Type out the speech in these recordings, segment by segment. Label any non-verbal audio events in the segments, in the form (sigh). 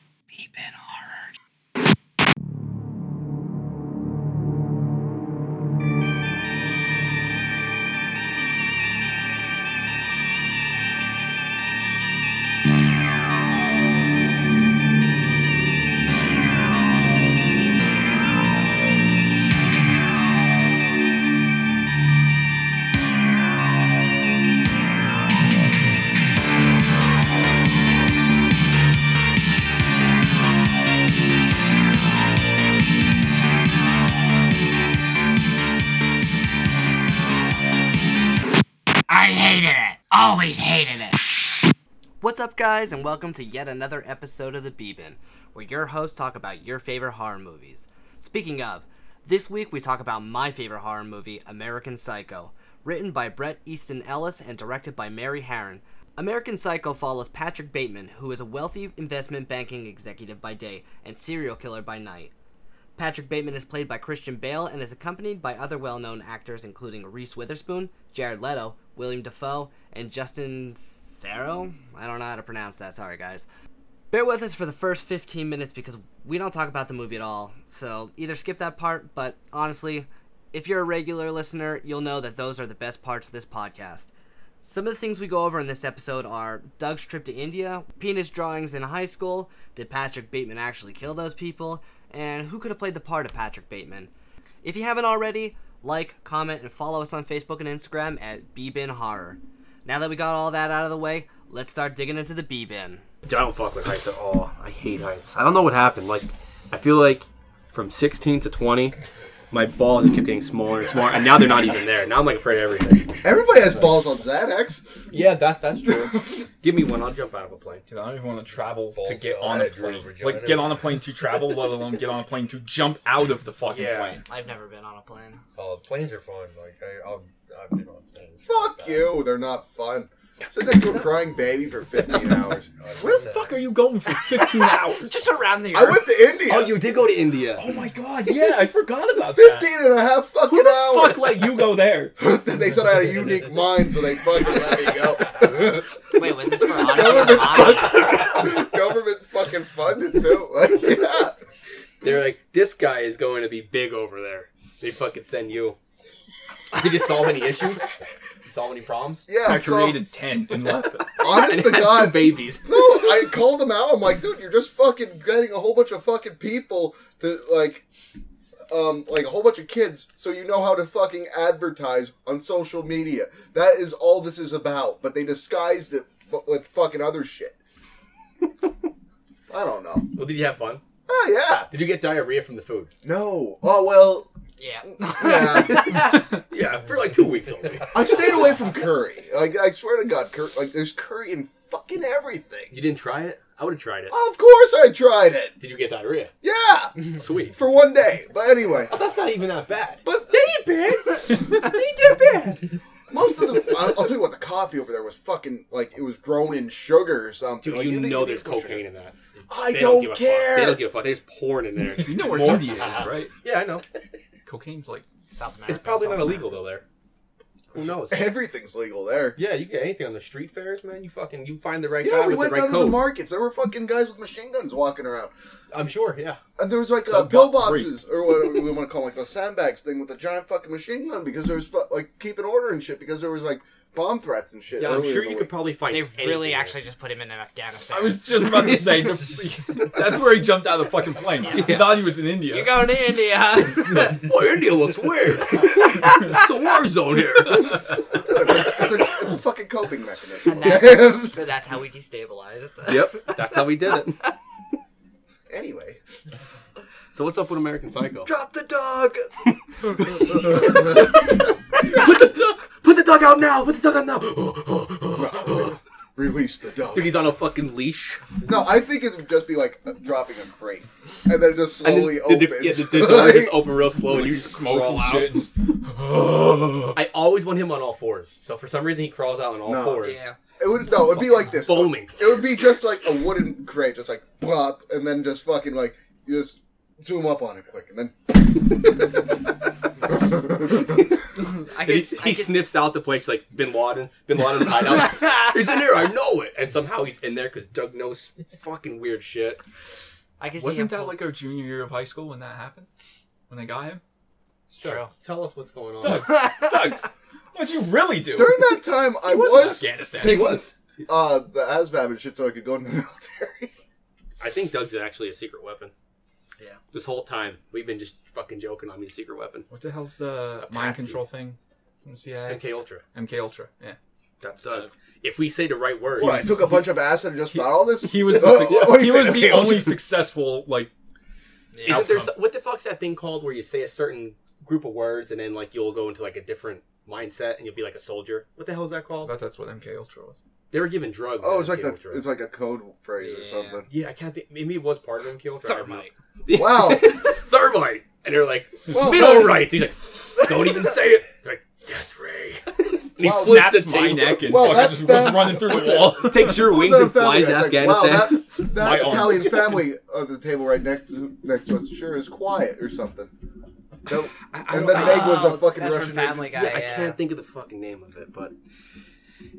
Beepin' horror. I hated it. Always hated it. What's up, guys, and welcome to yet another episode of The Beebin, where your hosts talk about your favorite horror movies. Speaking of, this week we talk about my favorite horror movie, American Psycho, written by Brett Easton Ellis and directed by Mary Harron. American Psycho follows Patrick Bateman, who is a wealthy investment banking executive by day and serial killer by night. Patrick Bateman is played by Christian Bale and is accompanied by other well known actors including Reese Witherspoon, Jared Leto, William Defoe, and Justin Theroux? I don't know how to pronounce that, sorry guys. Bear with us for the first 15 minutes because we don't talk about the movie at all, so either skip that part, but honestly, if you're a regular listener, you'll know that those are the best parts of this podcast. Some of the things we go over in this episode are Doug's trip to India, penis drawings in high school, did Patrick Bateman actually kill those people, and who could have played the part of Patrick Bateman. If you haven't already, like, comment, and follow us on Facebook and Instagram at Beebin Horror. Now that we got all that out of the way, let's start digging into the B-Bin. Dude, I don't fuck with heights at all. I hate heights. I don't know what happened. Like, I feel like from 16 to 20, my balls just kept getting smaller and smaller, and now they're not even there. Now I'm like afraid of everything. Everybody has balls on Xanax. Yeah, that that's true. Give me one. I'll jump out of a plane. Dude, I don't even want to travel to Balls get fell on out a of the plane. refrigerator. Like, get on a plane to travel, let alone get on a plane to jump out of the fucking Yeah. plane. I've never been on a plane. Oh, planes are fun. Like I, I'll, I've been on planes. Fuck you. They're not fun. Sit next to a crying baby for 15 hours. Where the fuck are you going for (laughs) 15 hours? Just around the I went to India. Oh, did go to India. Oh my god, yeah, I forgot about that. 15 and a half fucking Who the hours. fuck let you go (laughs) there? (laughs) then they said I had a unique mind, so they fucking let me go. Wait, was (laughs) this for Odyssey on the Mind? (laughs) Government fucking funded too. (laughs) Like, yeah. They're like, this guy is going to be big over there. They fucking send you. Did you solve any issues? Solve any (laughs) problems? Yeah, I so- created 10 and left it. honest to Had (laughs) two God, babies. No, I called him out. I'm like, dude, you're just fucking getting a whole bunch of fucking people to like, um, like a whole bunch of kids, so you know how to fucking advertise on social media. That is all this is about. But they disguised it bu- with fucking other shit. I don't know. Well, did you have fun? Oh yeah. Did you get diarrhea from the food? No. Oh well. (laughs) Yeah. Yeah. Yeah, for like two weeks only. I stayed away from curry. Like I swear to God, cur- like there's curry in fucking everything. You didn't try it? I would have tried it. Of course I tried it. Did you get diarrhea? Yeah. Sweet. For one day. But anyway. That's not even that bad. But they ain't bad. they did bad. Most of the, I'll, I'll tell you what, the coffee over there was fucking like it was grown in sugar or something. Dude, Like, you didn't know even there's equal sugar. cocaine in that. I They don't, give a fuck. care. They don't give a fuck. They're just pouring in (laughs) there. (laughs) You know where More- India is, right? Yeah, I know. Cocaine's like, South America. It's probably South not illegal though there. Who knows? Everything's legal there. (laughs) yeah, you get anything on the street fairs, man. You fucking you find the right Yeah, guy we with went the right down to code. the markets. There were fucking guys with machine guns walking around, I'm sure. Yeah. and there was like uh, Thug pill Bot three. boxes or whatever we want to call them, like a sandbags thing with a giant fucking machine gun because there was fu- like keeping order and shit because there was like bomb threats and shit. Yeah, I'm earlier sure in you the could week. probably find. They anything really there. actually just put him in Afghanistan. (laughs) I was just about to say, (laughs) the- that's where he jumped out of the fucking plane. He thought he was in India. You're going to (laughs) India. Boy, India looks weird. (laughs) it's a war zone here. It's a, it's a fucking coping mechanism. And that- so that's how we destabilize. (laughs) yep, that's how we did it. anyway, (laughs) So what's up with American Psycho? drop the (laughs) dog. (laughs) Put the dog out now. (gasps) Put the dog out (laughs) now. Release the dog. Dude, he's on a fucking leash. No, I think it would just be like dropping a crate, and then it just And slowly the, the, opens. yeah, the, (laughs) the door just (laughs) Like, open real slow and you Like, just smoke crawl and (gasps) out. shit. and- I always want him on all fours. So for some reason he crawls out on all No. fours. Yeah. It would no, it'd be like this. Foaming. It would be just like a wooden crate, just like plop, and then just fucking like You just zoom up on it quick, and then I And he, guess, I he guess- sniffs out the place like Bin Laden. Bin Laden's (laughs) hideout. he's in there. I know it. And somehow he's in there because Doug knows fucking weird shit. I guess he Wasn't that impulse- like our junior year of high school when that happened? When they got him? True. Tell us what's going on. Doug, Doug, what'd you really do? during that time, I It wasn't was Afghanistan. (laughs) He was. uh the ASVAB and shit, so I could go into the (laughs) military. I think Doug's actually a secret weapon. Yeah. This whole time we've been just fucking joking on his secret weapon. What the hell's the A mind patsy. control thing? From the CIA? MK Ultra. MK Ultra. Yeah. That's Doug. If we say the right words, What, I took a bunch of acid and just thought all this. He (laughs) was the, Oh, What- suc- what- what do he you was say? the only (laughs) successful like isn't there so, what the fuck's that thing called where you say a certain group of words and then like you'll go into like a different mindset and you'll be like a soldier? What the hell is that I called? thought that's what MK Ultra was. They were given drugs. Oh, at it's like MK the Ultra. it's like a code phrase or Yeah. something. Yeah, I can't think. Maybe it was part of MK Ultra. I don't know. Thermite. Wow. Thermite. And they're like, Well, Bill Wright. He's like, don't even say it. They're like, Death Ray. (laughs) And he Wow, slips the Snaps my table. neck and Well, fucking that's just that- was running through the (laughs) wall. Takes your wings That and flies to family, it's Afghanistan. (laughs) Like, wow, My that that Italian arms. family at the table right next to, next to us sure is quiet or something. No, I and don't- then Meg was a Oh, fucking that's Russian. From family guy. yeah, Yeah, I can't think of the fucking name of it, but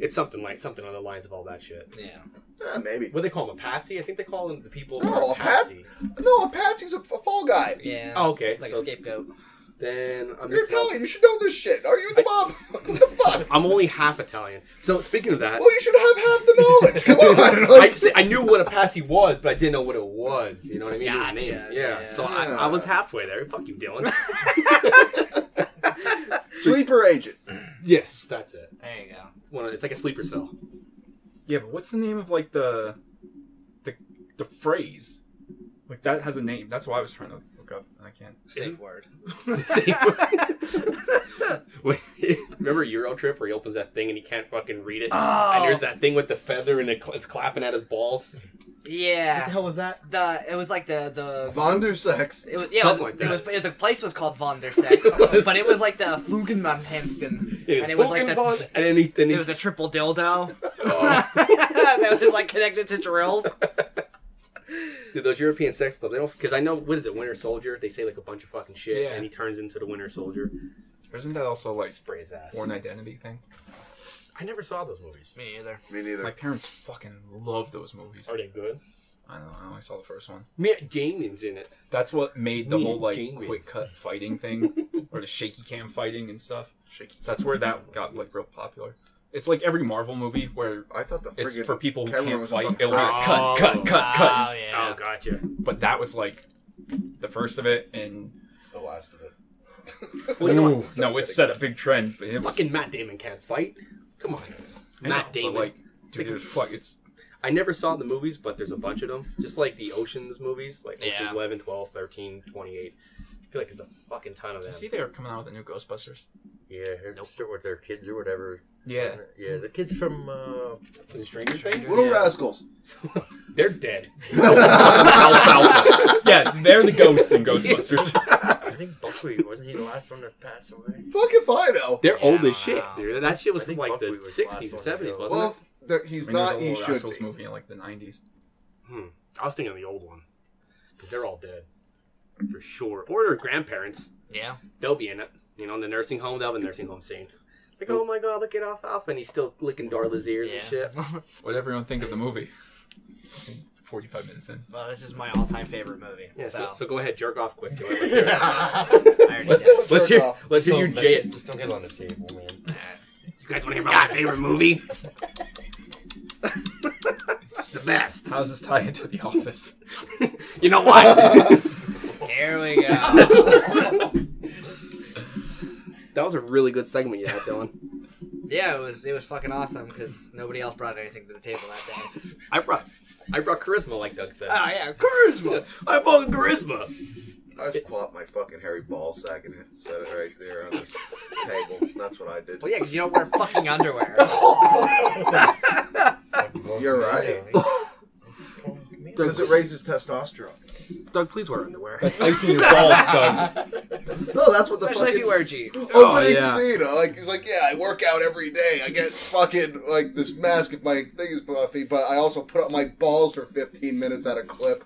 it's something like something on the lines of all that shit. Yeah. Yeah, maybe. What do they call them? A patsy? I think they call them the people. who No, are a patsy. No, a patsy's a, f- a fall guy. Yeah. Oh, okay. It's like so a scapegoat. Then um, I'm, You're Italian. Italian. You should know this shit. Are you the mom? (laughs) what the (laughs) fuck? I'm only half Italian. So speaking of that, Well, you should have half the knowledge. Come (laughs) on. (laughs) I, Like, just- I knew what a patsy was, but I didn't know what it was. You know what I mean? It was Gotcha, named. Yeah. yeah. So I, I was halfway there. Fuck you, Dylan. (laughs) sleeper agent. yes, that's it. There you go. It's, one of, it's like a sleeper cell. (laughs) Yeah, but what's the name of like the the the phrase? Like that has a name. That's why I was trying to look up. and I can't. Safe word. Same way. Remember Euro Trip where he opens that thing and he can't fucking read it? Oh. And there's that thing with the feather and it cl- it's clapping at his balls. Yeah. hell was that? The it was like the the Von der Sex. it was yeah it was, Something like it that. was the place was called Von der (laughs) Sex, It was. but it was like the Fugenmannhemden, It and it was like the (laughs) and then he, then he it was a triple (laughs) dildo Oh. (laughs) that was like connected to drills. Dude, those European sex clubs, they don't because I know what is it, Winter Soldier? They say like a bunch of fucking shit, Yeah. and he turns into the Winter Soldier. Isn't that also like Spray his ass. born identity thing? I never saw those movies. Me either. Me My neither. parents fucking love those movies. Are they good? I don't know. I only saw the first one. Matt Damon's in it. That's what made the Me whole and like Jamie. quick cut fighting thing, or the shaky cam fighting and stuff. Shaky. That's where that got like real popular. It's like every Marvel movie where I thought the it's friggin' for people who camera can't was fight. fucking It'll be cracked. like, cut, cut, cut, cut. Oh, and- yeah. Oh, gotcha. But that was like the first of it, and the last of it. (laughs) Well, you know what? no, it set a big trend. But it was Fucking Matt Damon can't fight. Come on, I know, Matt Damon. But like, dude, there's fuck. It's I never saw the movies, but there's a bunch of them. Just like the Oceans movies, like Oceans Yeah. 11, 12, 13, 28. I feel like there's a fucking ton of I them. see they are coming out with a new Ghostbusters. Yeah, they're with their kids or whatever. Yeah, Yeah, the kids from uh, The Stranger Things? Little Yeah. Rascals. They're dead. yeah, they're the ghosts in Ghostbusters. I think Buckwheat wasn't he the last one to pass away? Fuck if I know. They're Yeah, old I as shit, don't know. dude. That shit was I from think like the Buckwheat was the 60s or last one to 70s, go. wasn't Well, there- he's I mean, not. there's a He little should Rascals be. movie in like the '90s. it? I was thinking of the old one. Because they're all dead. For sure. Or their grandparents. Yeah. They'll be in it. You know, in the nursing home. They'll have a nursing home scene. Like, oh my god, look at Alpha Alpha. And he's still licking Darla's ears and Yeah. shit. (laughs) What everyone think of the movie? Fucking Forty-five minutes in. Well, this is my all-time favorite movie. Yeah, so, so, so go ahead, jerk off (laughs) quick. Do it. Let's hear, it. I already did. Dylan jerk let's hear, off. let's hear you Don't jay make- it. Just don't get on the table, man. You guys want to hear about my favorite movie? (laughs) it's the best. How does this tie into The Office? You know (laughs) what? Here we (laughs) go. that was a really good segment you had, Dylan. yeah, it was it was fucking awesome because nobody else brought anything to the table that day. I brought I brought charisma, like Doug said. Oh yeah, charisma. I fucking charisma. I just popped my fucking hairy ball sack and set it right there on this table. That's what I did. Well, yeah, because you don't wear fucking (laughs) underwear. You're right. (laughs) Because it raises testosterone. Doug, please wear underwear. That's ice in your (laughs) balls, Doug. No, that's what the Especially if fucking you wear jeans. opening Oh, yeah. scene. uh, Like he's like, yeah, I work out every day. I get fucking like this mask if my thing is puffy, but I also put up my balls for 15 minutes at a clip.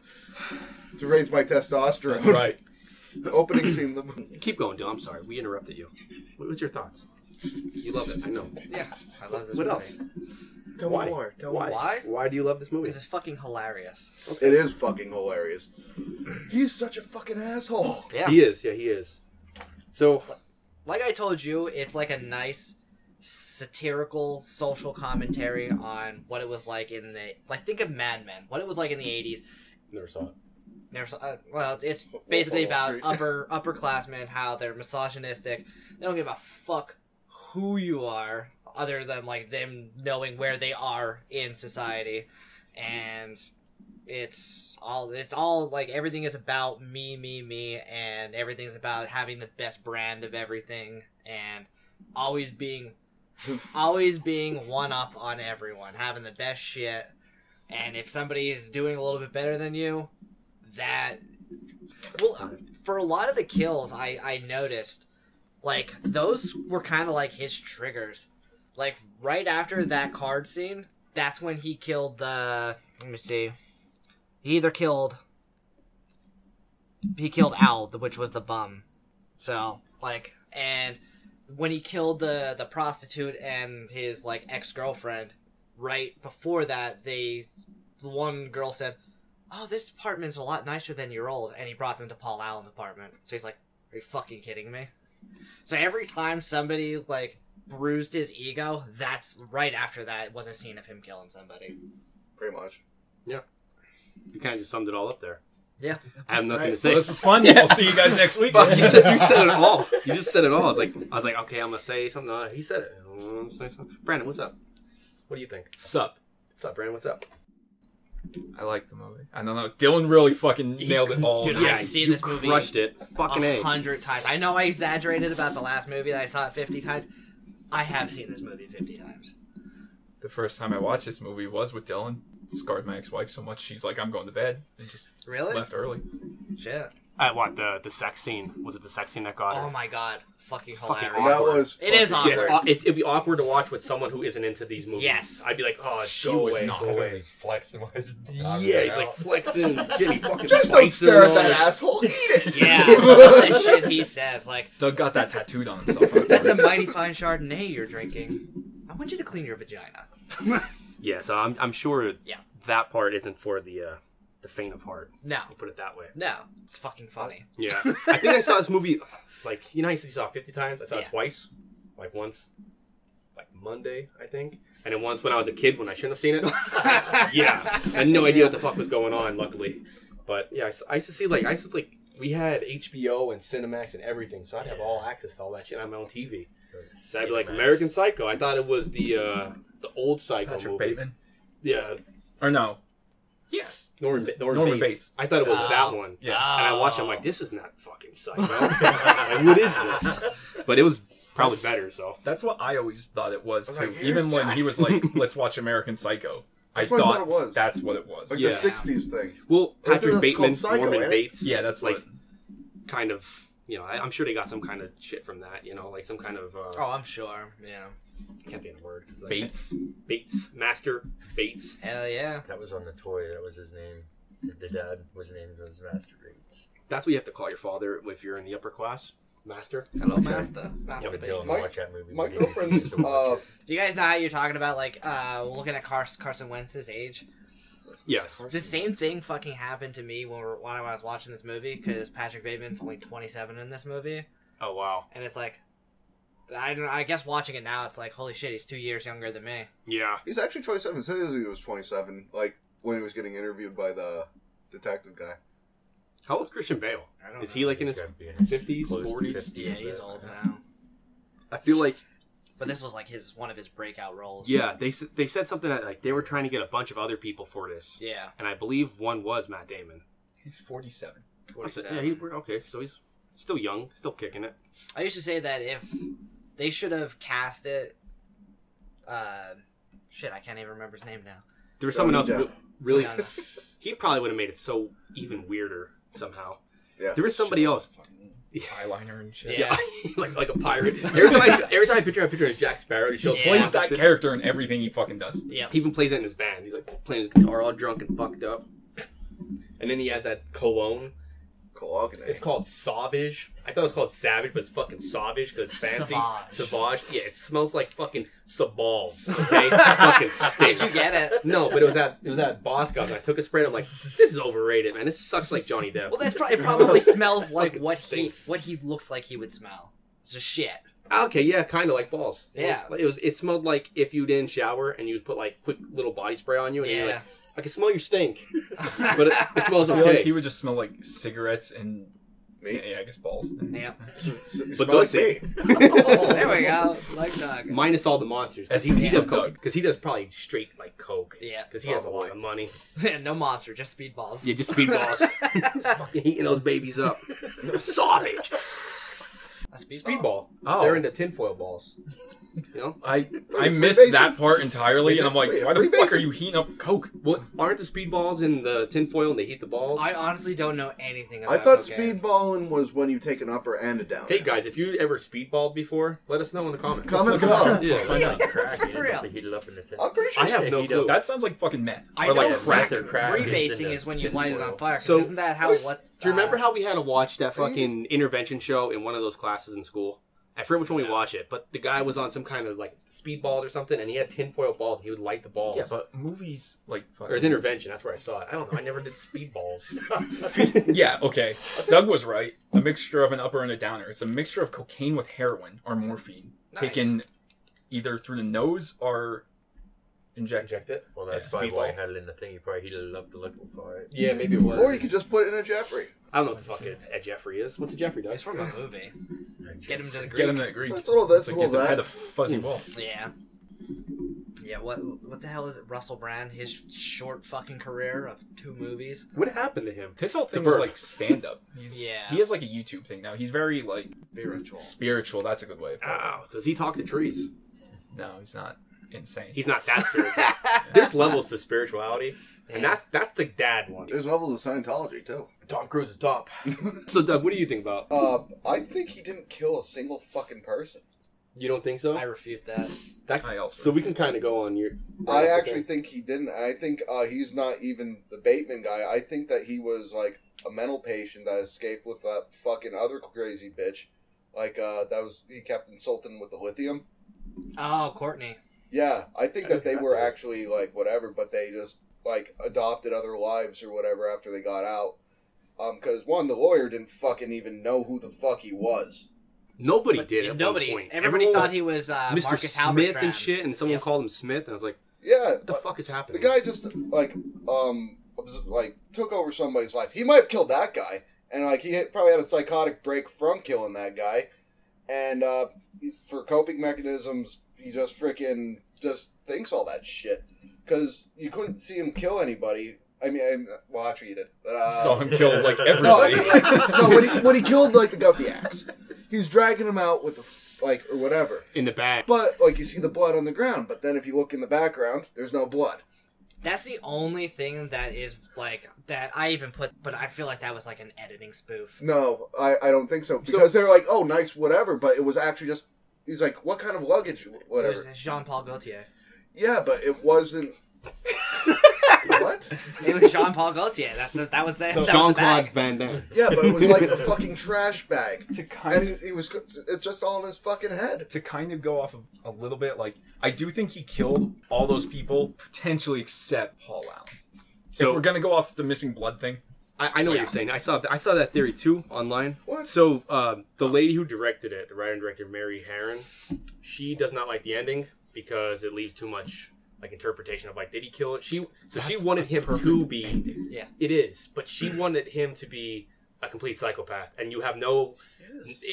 to raise my testosterone. right. (laughs) Opening scene. of The movie. (laughs) Keep going, Dylan. I'm sorry. We interrupted you. What was your thoughts? You love it. I know. Yeah, I love this What movie. else? Tell Why? me more. Tell Why? me more. Why? Why do you love this movie? Because it's fucking hilarious. It is fucking hilarious. He's such a fucking asshole. Yeah. He is. Yeah, he is. So like I told you, it's like a nice satirical social commentary on what it was like in the like think of Mad Men, what it was like in the eighties. never saw it. Never saw, uh, well, it's basically Wall about Street. (laughs) upper upperclassmen how they're misogynistic. They don't give a fuck who you are, other than like them knowing where they are in society, and it's all it's all like everything is about me, me, me, and everything's about having the best brand of everything and (laughs) always being always being one up on everyone, having the best shit. And if somebody is doing a little bit better than you, that well uh, for a lot of the kills i i noticed like those were kind of like his triggers like right after that card scene that's when he killed the let me see he either killed he killed owl which was the bum so like and when he killed the the prostitute and his like ex-girlfriend right before that they the one girl said oh, this apartment's a lot nicer than your old. And he brought them to Paul Allen's apartment. So he's like, are you fucking kidding me? So every time somebody, like, bruised his ego, that's right after that was a scene of him killing somebody. Pretty much. You kind of just summed it all up there. Yeah. I have nothing to Right. say. Well, this was fun. I'll see you guys next (laughs) week. Fuck, you said you said it all. You just said it all. I was like, I was like, okay, I'm gonna say something. Uh, He said it. Um, say something. Brandon, what's up? What do you think? Sup. What's up, Brandon? What's up? I like the movie. I don't know. Dylan really fucking nailed it all. Dude, I've Oh, yeah, seen you this movie crushed it. Fucking A a. hundred times. I know I exaggerated about the last movie that I saw it 50 times. I have seen this movie 50 times. The first time I watched this movie was with Dylan. It scarred my ex-wife so much. She's like, I'm going to bed, and just Really? left early. Shit. I want the the sex scene. Was it the sex scene that got Oh my god. Fucking Fucking hilarious. That Awkward. was. It is Yeah, it's, awkward. aw- Uh, it, it'd be awkward to watch with someone who isn't into these movies. Yes. I'd be like, oh, She go was away, not. go away. He's flexing while he's- Yeah, he's like (laughs) flexing. Jenny fucking Just don't bites stare him. at that asshole. Eat it. (laughs) Yeah. the shit he says. Like, Doug got that tattooed on (laughs) himself. That's a mighty fine Chardonnay you're drinking. I want you to clean your vagina. Yeah, so I'm, I'm sure Yeah. that part isn't for the uh, the faint of heart. No, I'll put it that way. no, it's fucking funny. (laughs) Yeah, I think I saw this movie like you know how you saw it fifty times. I saw Yeah. it twice, like once, like Monday I think, and then once when I was a kid when I shouldn't have (laughs) seen it. yeah, I had no idea what the fuck was going on. Luckily, but yeah, I, s- I used to see like I used to like we had HBO and Cinemax and everything, so I'd have all access to all that shit on my own TV. And I'd be like American Psycho. I thought it was the uh the old Psycho Patrick movie. Bateman. Yeah, Or no. Yeah. Norman, Ba- Norman, Norman Bates. Bates. Ah. I thought it was Oh. that one. Yeah. And I watched it, I'm like, this is not fucking psycho. (laughs) like, what is this? But it was probably better, so. That's what I always thought it was, was too. like, here's Even when he was like, let's watch American Psycho. I That's what I thought, thought it was. that's what it was. Like Yeah. the '60s thing. Well, I think Patrick that's Bateman, called Psycho, Norman eh? Bates. Yeah, that's like what. kind of, you know, I, I'm sure they got some kind of shit from that, you know, like some kind of, uh, Oh, I'm sure. Yeah. can't think of the word. 'cause, like, Bates. Bates. Master Bates. Hell yeah. That was on the toy. That was his name. The dad was named was Master Bates. That's what you have to call your father if you're in the upper class. Master. Hello, Master. Master Yeah, but Bates. Dylan My- watch that movie. My (laughs) when he was a (laughs) girlfriend's. kid, so Uh, watch it. Do you guys know how you're talking about, like, uh, looking at Car- Carson Wentz's age? Yes. The same thing fucking happened to me when, we were, when I was watching this movie, because Patrick Bateman's only 27 in this movie, Oh, wow. and it's like, I, don't- I guess watching it now, it's like, holy shit, he's two years younger than me. Yeah. he's actually 27. It says he was 27. Like when he was getting interviewed by the detective guy. How old's Christian Bale? I don't Is know. he like in He's his gotta be in his 50s, close to 40s? 50, Yeah, he's but- old now. I feel like But this was like his one of his breakout roles. Yeah, they s- they said something that like they were trying to get a bunch of other people for this, Yeah. and I believe one was Matt Damon. He's 47. I said, yeah, he, we're- okay, so he's still young, still kicking it. I used to say that if they should have cast it, uh, shit, I can't even remember his name now. There was someone else Johnny who Depp. really. No, no. He probably would have made it so even weirder somehow. Yeah. There was somebody else. Fucking eyeliner and shit. Yeah. (laughs) like like a pirate. (laughs) Every time, I, every time I picture, him, I picture him as Jack Sparrow. He shows Yeah. Plays that He character in everything he fucking does. Yeah. even plays it in his band. He's like playing his guitar all drunk and fucked up. and then he has that cologne. Cologne. It's called Sauvage. I thought it was called Savage, but it's fucking Sauvage because it's fancy. Sauvage. Sauvage. Yeah, it smells like fucking saballs. Okay, (laughs) It (laughs) fucking stinks. Did you get it? No, but it was at it was at Boscov's. and I took a spray. and I'm like, this is overrated, man. This sucks like Johnny Depp. Well, that's probably it (laughs) probably smells like Fucking what stinks. he what he looks like he would smell. It's Just shit. Okay, yeah, kind of like balls. Yeah. Like, it was. It smelled like if you didn't shower and you put like quick little body spray on you, and you're Yeah. like, I can smell your stink, (laughs) but it, it smells (laughs) I feel like okay. he would just smell like cigarettes and yeah, Me? yeah, I guess balls. Yeah. (laughs) But but does does it? like me. (laughs) Oh, there we go. Like dog. Minus all the monsters, because he, That's- he that's does coke. Doug. Because he does probably straight like coke. Yeah. Because he has a lot of money. (laughs) Yeah, no monster, just speedballs. Yeah, just speedballs. He's fucking heating those babies up. Savage. A speedball. Speedball. Oh. They're into tinfoil balls. You know. I I Free missed basin? that part entirely, Is and it- I'm like, wait, why the free fuck basin? are you heating up coke? What aren't the speedballs in the tinfoil and they heat the balls? I honestly don't know anything about I thought cocaine. speedballing was when you take an up or and a down. Hey guys, if you ever speedballed before, let us know in the comments. Comment Let's look it below. up. Yeah, It's like crack. For You didn't real. have to heat it up in the tin. I'm pretty sure I have no Heat up. clue. That sounds like fucking meth. I or like know crack. Meth or crack. Free It's basing in is the when you light it tinfoil. on fire. 'cause So- isn't that how what? Do you remember uh, how we had to watch that fucking intervention show in one of those classes in school? I forget which one we watched it, but the guy was on some kind of like speedball or something, and he had tinfoil balls. And he would light the balls. Yeah, but movies like fucking. or his intervention. That's where I saw it. I don't know. I never did speedballs. yeah, okay. Doug was right. A mixture of an upper and a downer. It's a mixture of cocaine with heroin or morphine, Nice. taken either through the nose or injected. Inject it. Well, that's It's probably why speedball. he had it in the thing. He probably heated it up to liquid for it. Yeah, maybe it was. Or you could just put it in a Jeffrey. I don't know what the fuck a, a Jeffrey is. What's a Jeffrey? Doug? It's from a movie. Get him to the Greek. Get him that Greek. That's a little- that's It's a little get the- that. Hmm. had the fuzzy ball. Yeah. Yeah. What? What the hell is it? Russell Brand, his short fucking career of two movies. What happened to him? His whole thing a was verb. like stand (laughs) up. He's Yeah. He has like a YouTube thing now. He's very like Spiritual. spiritual. That's a good way. Of putting it. Ow. Does he talk to trees? No, he's not insane. He's not that (laughs) spiritual. There's levels to spirituality, and Yeah. that's that's the dad one. There's levels of Scientology too. Tom Cruise is top. (laughs) so, Doug, what do you think about? Uh, I think he didn't kill a single fucking person. You don't think so? I refute that. That- I also- so we can kind of go on your. I actually think he didn't. I think uh, he's not even the Bateman guy. I think that he was like a mental patient that escaped with that fucking other crazy bitch. Like uh, that was he kept insulting with the lithium. Oh, Courtney. Yeah, I think I that didn't they have were to. actually like whatever, but they just like adopted other lives or whatever after they got out. Um, because one, the lawyer didn't fucking even know who the fuck he was. nobody did. At Nobody. One point. Everybody Everyone thought he was uh, Mr. Marcus Smith Halberstrand. and shit, and someone Yeah. called him Smith, and I was like, Yeah, "What the fuck is happening?" the guy just like um obs- like took over somebody's life. He might have killed that guy, and like he had- probably had a psychotic break from killing that guy, and uh, for coping mechanisms, he just freaking just thinks all that shit because you couldn't see him kill anybody. I mean, I'm, well, actually, you did, but uh, (laughs) saw him kill (laughs) like no, everybody. I mean, (laughs) like, no, when he, when he killed like the guy with the axe, he was dragging him out with the like or whatever. in the bag. But like you see the blood on the ground, but then if you look in the background, there's no blood. That's the only thing that is like that I even put, but I feel like that was like an editing spoof. No, I, I don't think so because they're like, oh, nice, whatever. But it was actually just he's like, what kind of luggage, whatever. Jean Paul Gaultier. Yeah, but it wasn't. what? It was Jean Paul Gaultier. That's the, that was the that was the Jean Claude bag. Van Damme. Yeah, but it was like a fucking trash bag, to kind and of, he, he was. It's just all in his fucking head. to kind of go off of a little bit, like I do think he killed all those people potentially except Paul Allen. So- if we're gonna go off the missing blood thing, I, I know what you're saying. I saw th- I saw that theory too online. What? So um, the lady who directed it, the writer and director Mary Herron, she does not like the ending because it leaves too much like interpretation of like did he kill it? She so she That's wanted a him to perfect be ending. Yeah. It is, but she wanted him to be a complete psychopath, and you have no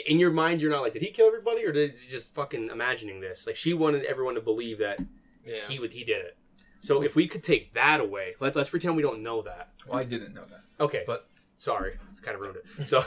in your mind. You're not like did he kill everybody or did you just fucking imagining this? Like she wanted everyone to believe that he would he did it. So if we could take that away, let, let's pretend we don't know that. well, I didn't know that. Okay, But- sorry, it's kind of ruined it. (laughs) So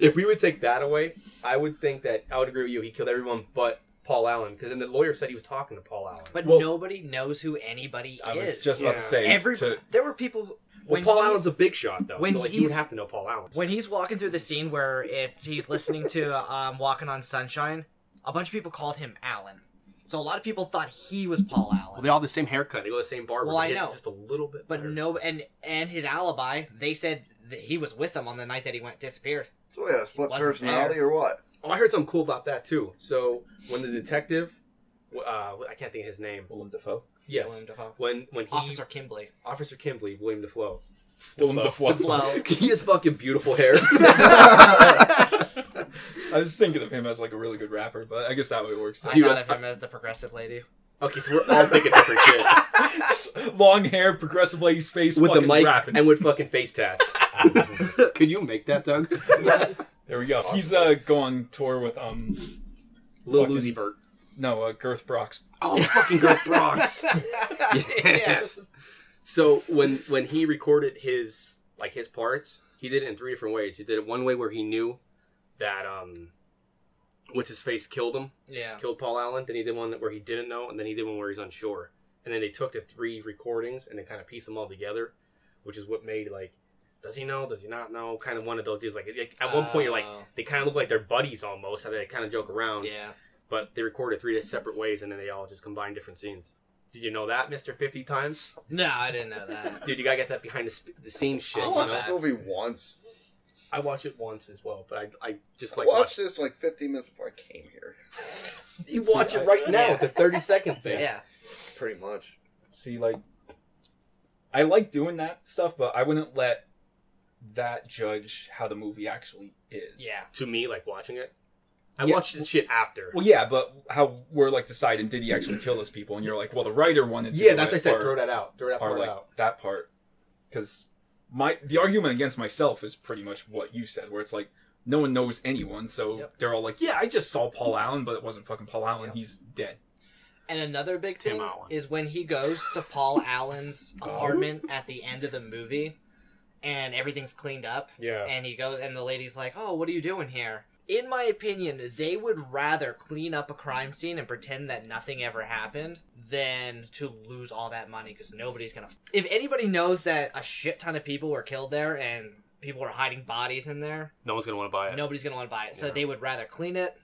if we would take that away, I would think that I would agree with you. He killed everyone but Paul Allen because then the lawyer said he was talking to Paul Allen. But Well- nobody knows who anybody I is. was just about Yeah. to say Every to there were people who- well, when Paul he's- Allen's a big shot though, when so like you would he's- have to know Paul Allen. when he's walking through the scene where it, he's listening to um, "Walking on Sunshine," a bunch of people called him Alan. So a lot of people thought he was Paul Allen. Well, they all have the same haircut. They go to the same barber. Well, but I his is know. just a little bit. but better. no, and and his alibi, they said that he was with them on the night that he went disappeared. So yeah, split Wasn't personality or what? Oh, I heard something cool about that too. So when the detective, uh, I can't think of his name. Willem Dafoe. Yes. Willem Dafoe. When when he Officer Kimbley. Officer Kimbley, William Defoe. Willem Dafoe. Well, (laughs) He has fucking beautiful hair. (laughs) I was thinking of him as like a really good rapper, but I guess that way it works. I Dude, thought I- of him as the progressive lady. okay, so we're all thinking different shit Just (laughs) Long hair, progressive lady's face, with the fucking mic rapping. and with fucking face tats. (laughs) Could you make that, Doug? (laughs) there we go. He's uh going tour with um Lil Fucking- Uzi (laughs) Vert. no uh, Girth Brock's. Oh, fucking Girth Bronx. yes. So when when he recorded his like his parts, he did it in three different ways. He did it one way where he knew that um, what's his face killed him, Yeah. killed Paul Allen. Then he did one that- where he didn't know, and then he did one where he's unsure. And then they took the three recordings and they kind of pieced them all together, which is what made like, does he know? Does he not know? Kind of one of those deals. Like like, at one point, you're like Oh. they kind of look like they're buddies almost, how they kind of joke around Yeah. but they recorded three separate ways and then they all just combined different scenes. Did you know that, Mister Fifty Times? No, I didn't know (laughs) that. Dude, you gotta get that behind the, sp- the scenes shit. I I you watched watched know? this movie once. I watched it once as well, but I, I just I like watched this like 15 minutes before I came here. watch- You watch it (laughs) right now, Yeah. the thirty second thing. Yeah. Pretty much. See, like I like doing that stuff, but I wouldn't let that judge how the movie actually is. Yeah. To me, like watching it, I Yeah. watched the shit after. Well, yeah, but how we're like deciding did he actually kill those people? And you're like, well, the writer wanted. to yeah, do that's it, what I said. or- throw that out. Throw that or part like out. that part because my the argument against myself is pretty much what you said where it's like no one knows anyone so Yep. they're all like yeah i just saw paul allen but it wasn't fucking paul allen he's dead And another big Tim thing Allen. is when he goes to Paul Allen's apartment at the end of the movie and everything's cleaned up. Yeah. And he goes, and the lady's like, Oh, what are you doing here? In my opinion, they would rather clean up a crime scene and pretend that nothing ever happened than to lose all that money because nobody's gonna. If anybody knows that a shit ton of people were killed there and people were hiding bodies in there, No one's gonna want to buy it. nobody's gonna want to buy it. So they would rather clean it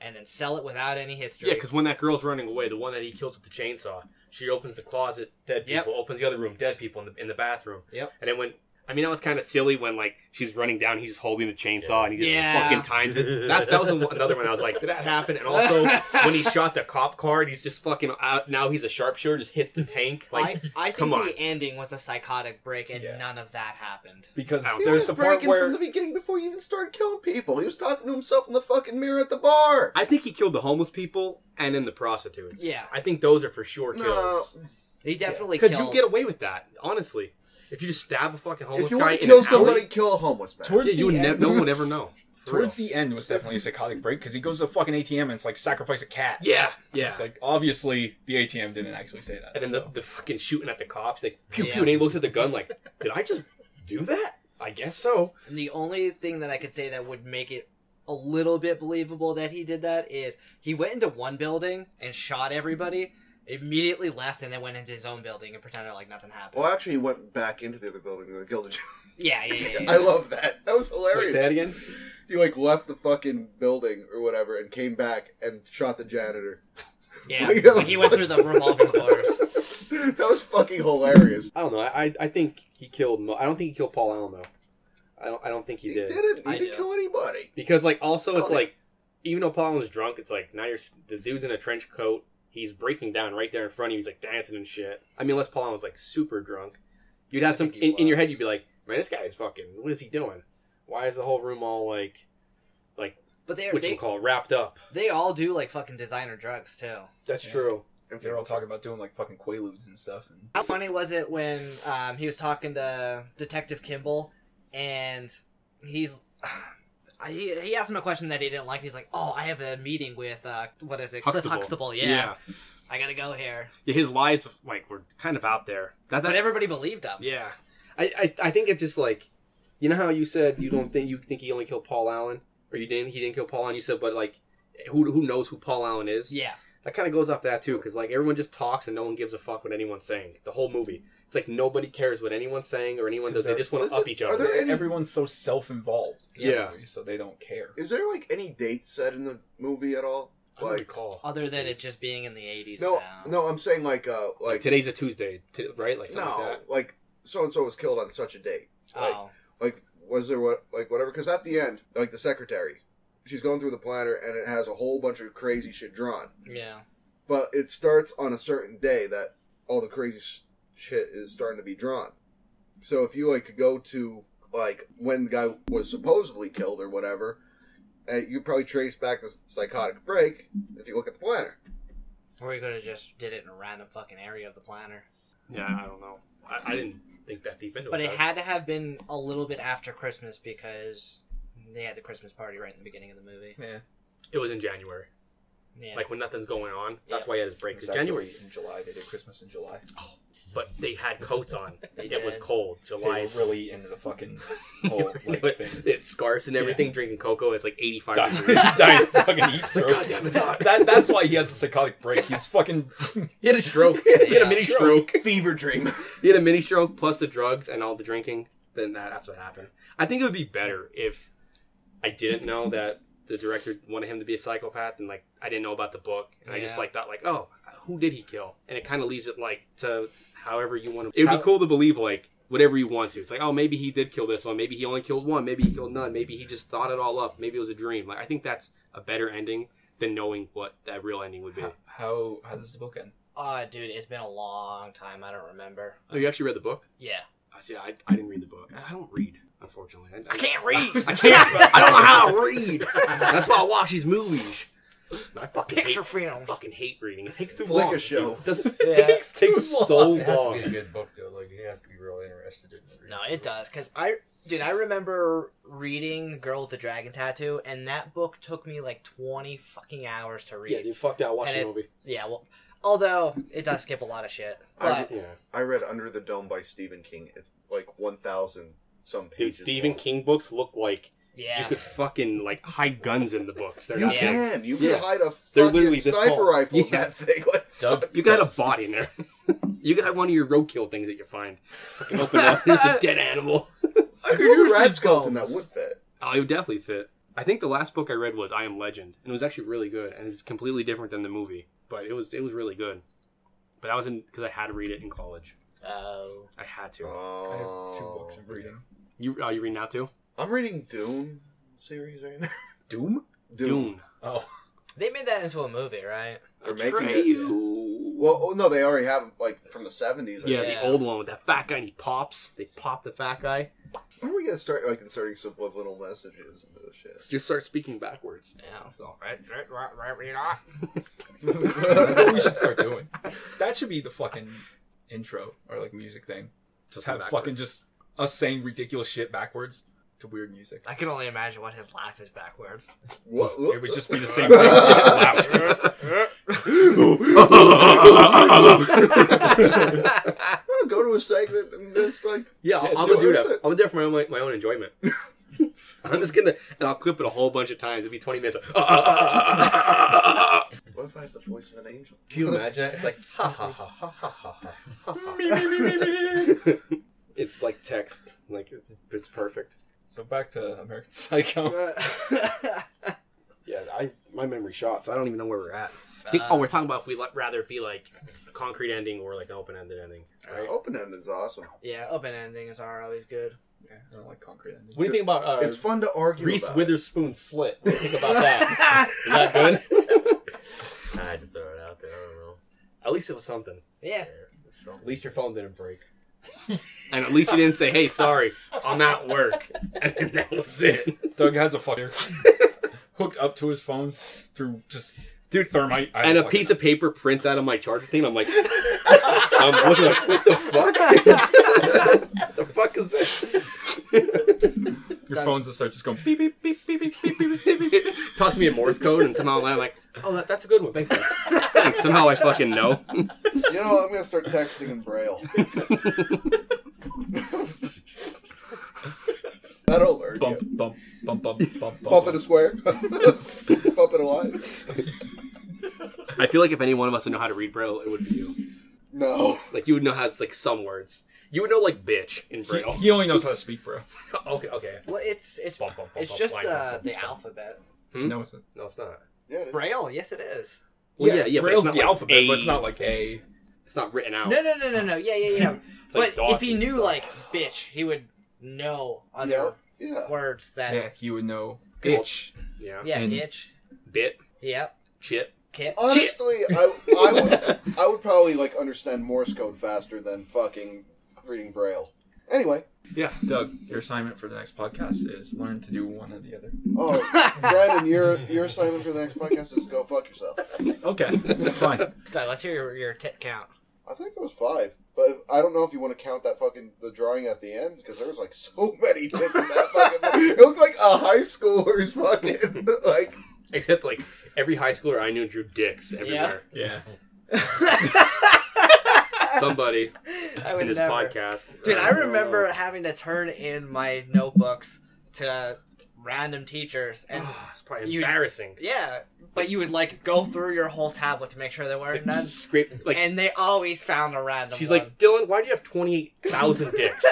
and then sell it without any history. Yeah, because when that girl's running away, the one that he kills with the chainsaw, she opens the closet, dead Yep. people. Opens the other room, dead people in the in the bathroom. Yep. And then when I mean that was kind of silly when like she's running down, he's just holding the chainsaw and he just Yeah. fucking times it. That that was a- another one. I was like, did that happen? And also when he shot the cop car, and he's just fucking out. Now he's a sharpshooter, just hits the tank. Like I, I think (laughs) come the on. ending was a psychotic break, and Yeah. none of that happened. because Ouch. He there's was the part breaking where from the beginning before he even started killing people. He was talking to himself in the fucking mirror at the bar. I think he killed the homeless people and then the prostitutes. Yeah. I think those are for sure no, kills. He definitely Because killed. you get away with that, honestly. If you just stab a fucking homeless if you guy want to in kill an alley- somebody, kill a homeless man. (laughs) towards Yeah, you would the nev- end, no one (laughs) would (laughs) ever know. For towards real. the end was definitely a psychotic break because he goes to the fucking atm and it's like sacrifice a cat yeah, So yeah. it's like obviously the atm didn't actually say that and then so. the, the fucking shooting at the cops, like pew Yeah. pew, and he looks at the gun like, did I just do that? I guess so. And the only thing that I could say that would make it a little bit believable that he did that is he went into one building and shot everybody, immediately left, and then went into his own building and pretended like nothing happened. Well, actually, he went back into the other building to the Gilded. Yeah, yeah, yeah. (laughs) yeah. I love that. That was hilarious. again. He like left the fucking building or whatever and came back and shot the janitor. (laughs) yeah. Yeah. Like he went through the revolving doors. (laughs) that was fucking hilarious. I don't know. I I, I think he killed. Mo- I don't think he killed Paul Allen though. I don't. I don't think (laughs) he, He did. didn't. He I didn't do. kill anybody. Because like also it's Oh, yeah. like, even though Paul Allen was drunk, it's like now you're s- the dude's in a trench coat. He's breaking down right there in front of you. He's like dancing and shit. I mean, unless Paul Allen was like super drunk, you'd have some think he in, in your head. was. You'd be like, man, this guy is fucking. What is he doing? Why is the whole room all like But they what you they, call it, wrapped up? they all do like fucking designer drugs too. That's Yeah. true. (laughs) they're all talking about doing like fucking quaaludes and stuff and How funny was it when um, he was talking to Detective Kimball, and he's (sighs) I- he, he asked him a question that he didn't like. He's like, "Oh, I have a meeting with uh, what is it, Cliff Huxtable? Yeah, I gotta go here." Yeah, his lies like were kind of out there. That, But everybody believed him. yeah, I, I I think it just like you know how you said you don't think you think he only killed Paul Allen or you didn't he didn't kill Paul Allen. You said but like who who knows who Paul Allen is? Yeah, that kind of goes off that too because like everyone just talks and no one gives a fuck what anyone's saying. The whole movie, it's like nobody cares what anyone's saying or anyone 'Cause does. They they're- just want Is to up it- each are other. there any- everyone's so self-involved in the Yeah. movie, so they don't care Is there like any dates set in the movie at all? I don't Like- recall. Other than it just being in the 80s No, now. no, I'm saying like, uh, like, Today's a Tuesday, t- right? Like something no, like like so and so was killed on such a date. Like, Oh. like was there what like whatever? Because at the end, like the secretary, she's going through the planner and it has a whole bunch of crazy shit drawn. Yeah. but it starts on a certain day that all the crazy sh- shit is starting to be drawn. So if you like go to like when the guy was supposedly killed or whatever, uh, you probably trace back the psychotic break if you look at the planner. Or you could have just did it in a random fucking area of the planner. that. Yeah, I don't know. I, I didn't think that deep into But it. it I- had to have been a little bit after Christmas because they had the Christmas party right in the beginning of the movie. Yeah. it was in January, Yeah. like when nothing's going on. That's Yeah. why it has breaks. January, in July. They did Christmas in July. but they had coats on. (laughs) They it was did. cold. They July were really into the fucking whole (laughs) (laughs) like But thing. it's scarves and everything. Drinking cocoa, it's like eighty-five. (laughs) degrees. dying fucking heat like, strokes. "God damn, it's hot." That, that's why he has a psychotic break. He's fucking. He had a stroke. he had a mini stroke. Fever dream. He had a mini stroke plus the drugs and all the drinking. Then that, that's what happened. I think it would be better if I didn't know that the director wanted him to be a psychopath and like I didn't know about the book and I just Yeah. like thought like oh who did he kill and it kind of leaves it like to however you want to. It would How- be cool to believe like whatever you want to. It's like oh maybe he did kill this one, maybe he only killed one, maybe he killed none, maybe he just thought it all up, maybe it was a dream. Like I think that's a better ending than knowing what that real ending would be. How, how how does the book end? Uh, dude, it's been a long time. I don't remember. Oh, you actually read the book? Yeah. I see. I, I didn't read the book. I don't read, unfortunately. I, I can't read. (laughs) I can't. I don't know how to (laughs) read. That's why I watch these movies. I fucking hate, films. fucking hate reading. It takes too Flick long. a show. dude. It doesn't- (laughs) Yeah. It takes, takes so It has to be a long. good book though. Like you have to be real interested in it. No, it does because I, dude, I remember reading "Girl with the Dragon Tattoo," and that book took me like twenty fucking hours to read. Yeah, dude. Fuck that. Watch And the it- movie. Yeah, well, although it does skip a lot of shit, I- but Yeah. I read Under the Dome by Stephen King. It's like one thousand some Dude, pages. Stephen long. King books look like you yeah, could fucking like hide guns in the books. They're You not. Yeah. can. You Yeah. can hide a They're fucking literally this sniper tall. rifle in Yeah. that thing. (laughs) Like, Dub. You got dubs. a body in there. (laughs) you got one of your roadkill things that you find. Fucking (laughs) open it up. It's a dead animal. I could do a rat skeleton that would fit. Oh, it would definitely fit. I think the last book I read was I Am Legend, and it was actually really good, and it's completely different than the movie, but it was it was really good. But that was in because I had to read it in college. oh, I had to. Oh. I have two books I'm reading. you are you reading that too? I'm reading Dune series right now. (laughs) Doom. Dune. Oh, they made that into a movie, right? They're making Atreyu. Well, oh, no, they already have like from the seventies. yeah, Yeah. the old one with that fat guy. and He pops. They pop the fat guy. When are we gonna start like inserting subliminal messages into this shit? (laughs) Just start speaking (laughs) backwards. Yeah, So Oh, that's what we should start doing. That should be the fucking intro or like music thing. Just Something have fucking backwards. just us saying ridiculous shit backwards to weird music. I can only imagine what his laugh is backwards. (laughs) What? It would just be the same thing, just loud. Well, go to a segment and just like Yeah, Yeah, I'll, I'll do go do it. that. I'll do that for my own, my, own enjoyment. (laughs) I'm just gonna and I'll clip it a whole bunch of times. It'll be 20 minutes. (laughs) of, "Ah, ah, ah, ah, ah, ah, ah, ah, ah." what if I have the voice of an angel? Can you imagine? that? It's like Ha ha ha ha ha ha. it's like text. Like it's it's perfect. So back to American (laughs) Psycho. (laughs) Yeah, I my memory shot, so I don't even know where we're at. I think, oh, we're talking about if we like, rather it be like a concrete ending or like an open ended ending. Right? Open ended's awesome. Yeah, open endings are always good. Yeah, I don't like concrete endings. What do you think about uh, It's fun to argue. Reese about. Witherspoon slit? (laughs) What do you think about that? Is that good? I had to throw it out there. I don't know. At least it was something. Yeah, So, At least your phone didn't (laughs) break. and at least you didn't say, "Hey, sorry, I'm at work," (laughs) and then that was it. Doug has a fucker (laughs) hooked up to his phone through just dude thermite I and a fucking piece know. of paper prints out of my charger thing. I'm like, I'm looking like, what the fuck? the fuck is (laughs) this? (laughs) your phones just start just going beep beep beep beep beep beep beep. beep, beep. It Talks to me in Morse code, and somehow I'm like, oh, that, that's a good one. Thanks. (laughs) Like, somehow I fucking know. You know, I'm gonna start texting in braille. That'll learn Bump you. bump bump bump bump bump. Bump in a square. (laughs) Bump in a line. I feel like if any one of us would know how to read Braille, it would be you. No. Like you would know how to like some words. You would know like bitch in He, Braille. he only knows how to speak, bro. (laughs) okay, okay. well, it's it's Bump, bump, bump, it's bump, just line, the bump, bump, the bump. alphabet. No, it's not. No, it's not. Yeah, it is. Braille, yes, it is. Well, yeah, yeah, but it's Braille's not the like alphabet, but it's A. not like A. It's not written out. No, no, no, no, no. Yeah, yeah, yeah. Oh. (laughs) It's like but if he Dawson knew, stuff. like, bitch, he would know Yeah. other Yeah. words that. Yeah, Yeah, he would know. Bitch. yeah, And- itch. bit, Yep. chip. Kit. Honestly, I, I would I would probably like understand Morse code faster than fucking reading Braille. Anyway, Yeah, Doug, your assignment for the next podcast is learn to do one or the other. oh Brandon, your your assignment for the next podcast is go fuck yourself. (laughs) Okay, fine. Doug, let's hear your, your tit count. I think it was five, but I don't know if you want to count that fucking the drawing at the end because there was like so (laughs) many tits in that fucking. It looked like a high schooler's fucking (laughs) like. Except like every high schooler I knew drew dicks everywhere. Yeah. Somebody I in would this never. podcast. Dude, I Uh, remember having to turn in my notebooks to random teachers and. Ah, it's probably You- embarrassing. Yeah, but you would like go through your whole tablet to make sure there weren't Like, none, just scrape, like and they always found a random. she's one. like, Dylan, why do you have twenty thousand (laughs) dicks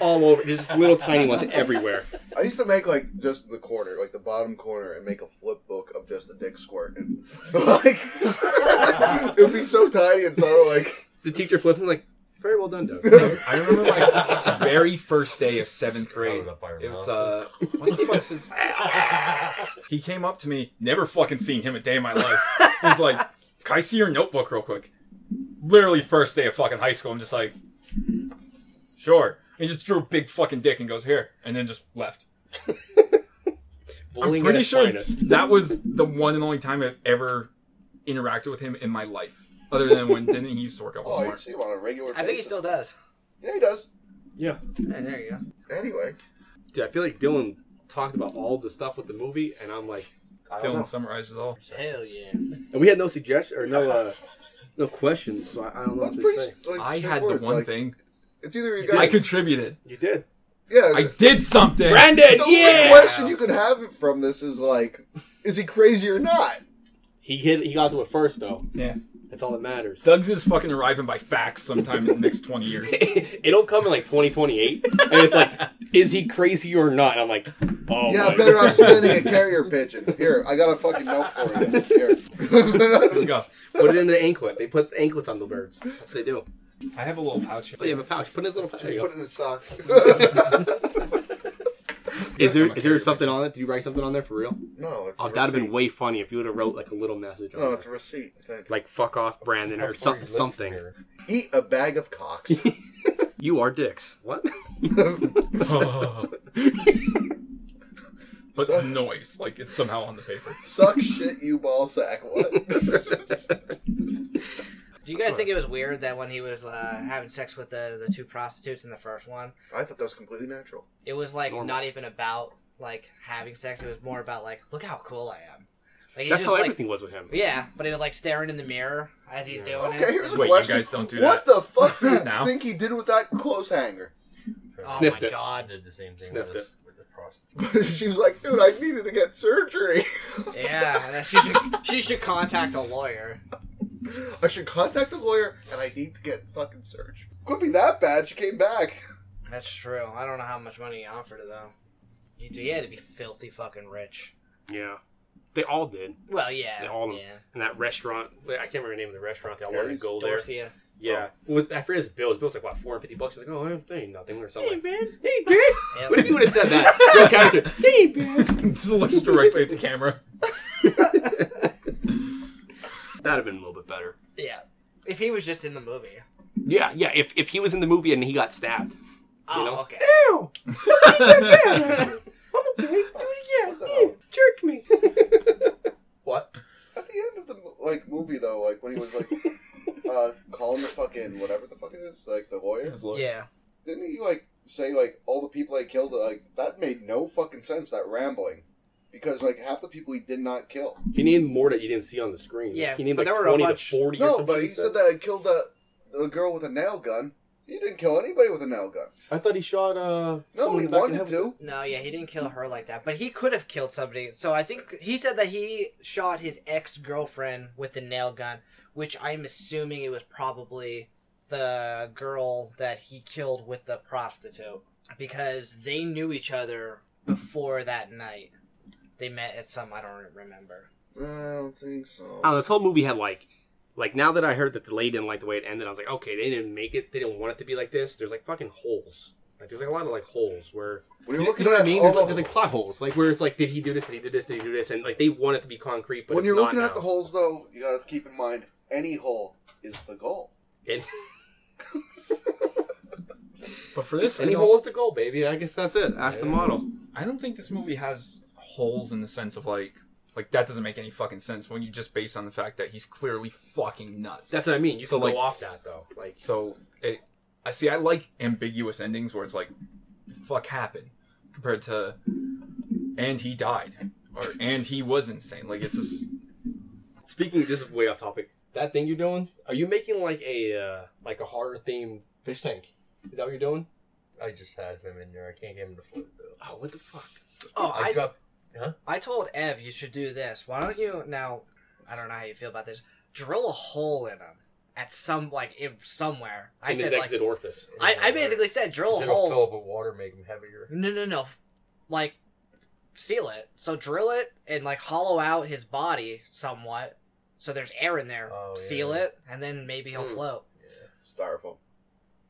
all over? There's just little tiny ones everywhere. I used to make like just the corner, like the bottom corner, and make a flip book of just a dick squirt, and (laughs) like it would be so tiny and so like. The teacher flips and like, very well done, Doug. I remember my very first day of seventh grade. Hold it up by your It was uh, mouth. what the fuck's his? he came up to me, never fucking seen him a day in my life. He's like, "Can I see your notebook real quick?" Literally first day of fucking high school. I'm just like, "Sure." He just drew a big fucking dick and goes here, and then just left. Bullying I'm at pretty its sure finest. that was the one and only time I've ever interacted with him in my life, other than when didn't he used to work at Oh, you Walmart? see him on a regular. I think he basis. still does. Yeah, he does. Yeah, Yeah, there you go. Anyway, dude, I feel like Dylan talked about all the stuff with the movie, and I'm like, I don't know. Dylan summarized it all. Hell yeah. and we had no suggestion or no uh, no questions, so I, I don't know that's what to pretty. say. Like, I had the straightforward. one Like, thing It's either you guys. I contributed. You did, yeah, I did something. Brandon. The only yeah, question you could have from this is like, is he crazy or not? he hit. He got to it first though. Yeah. That's all that matters. Doug's is fucking arriving by fax sometime in the next 20 years. (laughs) It'll come in like 2028, and it's (laughs) like, is he crazy or not? And I'm like, oh, yeah, my I'm better God. off sending a carrier pigeon. Here, I got a fucking note for you. Here. (laughs) There we go. (laughs) Put it in the anklet. They put anklets on the birds. That's what they do. (laughs) I have a little pouch. But you have a pouch. Put it in a little pouch. There you Put go. it in his sock. (laughs) Is there is there something on it? Did you write something on there for real? no, it's Oh, a that'd have been receipt. way funny if you would have wrote like a little message. On No, it. it's a receipt. I think. like fuck off, Brandon, or Before some, you live something. here. Eat a bag of cocks. (laughs) You are dicks. (laughs) What? (laughs) but So- the noise, like it's somehow on the paper. Suck shit, you ball sack. What? (laughs) Do you guys think it was weird that when he was uh, having sex with the, the two prostitutes in the first one, I thought that was completely natural. it was like Normal. not even about like having sex. It was more about like, look how cool I am. Like he That's just, how like, everything was with him. Yeah, but he was like staring in the mirror as he's doing Okay, it. here's a Wait, you question. guys don't do what that. the fuck (laughs) do you Now? think he did with that clothes hanger? (laughs) Oh Sniff my this. I god. did the same thing Sniffed with, it. us with the prostitute. she was like, dude, I needed to get surgery. (laughs) Yeah, and she should she should contact a lawyer. I should contact a lawyer, and I need to get fucking searched. Could be that bad. She came back. That's true. I don't know how much money he offered her though. He, he had to be filthy fucking rich. Yeah. They all did. Well, yeah, They all yeah. And that restaurant, I can't remember the name of the restaurant. They all wanted to Harry's? go there. Dorothea. Yeah. It was, I forget his bill. His bill was like, what, 450 bucks? He's like, oh, eh, they ain't nothing or something. man. Hey, Barry! Yeah. (laughs) What if you would have said (laughs) that? Real character. Hey, Barry! (laughs) Just looks directly at the camera. That'd have been a little bit better. Yeah. If he was just in the movie. Yeah, yeah. If, if he was in the movie and he got stabbed. Oh, know? okay. Ew! (laughs) What the hell? Jerk me. (laughs) what? At the end of the mo- like movie though, like when he was (laughs) like uh, calling the fucking whatever the fuck it is, like the lawyer, Yeah. didn't he like say like all the people he killed? Like that made no fucking sense. That rambling, because like half the people he did not kill. He named more that you didn't see on the screen. Yeah, He named but like there were a 20 bunch- to 40 or No, something but he said that he killed the the girl with a nail gun. He didn't kill anybody with a nail gun. I thought he shot, uh. No, someone he back in wanted heaven. to. No, yeah, he didn't kill her like that, but he could have killed somebody. So I think he said that he shot his ex girlfriend with the nail gun, which I'm assuming it was probably the girl that he killed with the prostitute because they knew each other before that night. They met at some I don't remember. I don't think so. I don't know, Oh, this whole movie had like, like now that I heard that the lady didn't like the way it ended, I was like, okay, they didn't make it. They didn't want it to be like this. There's like fucking holes. Like there's like a lot of like holes where When you're you know, looking you know what I at mean. all There's like, the- there's like plot holes, like where it's like, did he do this? Did he do this? Did he do this? And like they want it to be concrete, but when it's you're not looking now. at the holes, though, you gotta keep in mind any hole is the goal. And- But for this, I (laughs) any don't, holes to go, baby. I guess that's it. That's the model. I don't think this movie has holes in the sense of like, like that doesn't make any fucking sense when you just base on the fact that he's clearly fucking nuts. That's what I mean. You So, can like- go off that though. Like So it, I see. I like ambiguous endings where it's like, "fuck happened," compared to, "and he died," or "and he was insane." Like it's just speaking, this is way off topic. That thing you're doing, are you making like a uh, like a horror themed fish tank? Is that what you're doing? I just had him in there. I can't get him to float though. Oh, what the fuck? Oh, I, I, dropped. I told Ev you should do this. Why don't you now? I don't know how you feel about this. Drill a hole in him at some like in, somewhere. I In said his like exit orifice. I, I basically said drill a Instead of hole. fill up with "Oh, water, make him heavier. No, no, no. Like, seal it. So drill it and, like, hollow out his body somewhat. So there's air in there. Oh, yeah. seal it, and then maybe he'll Hmm. float. Yeah. Styrofoam.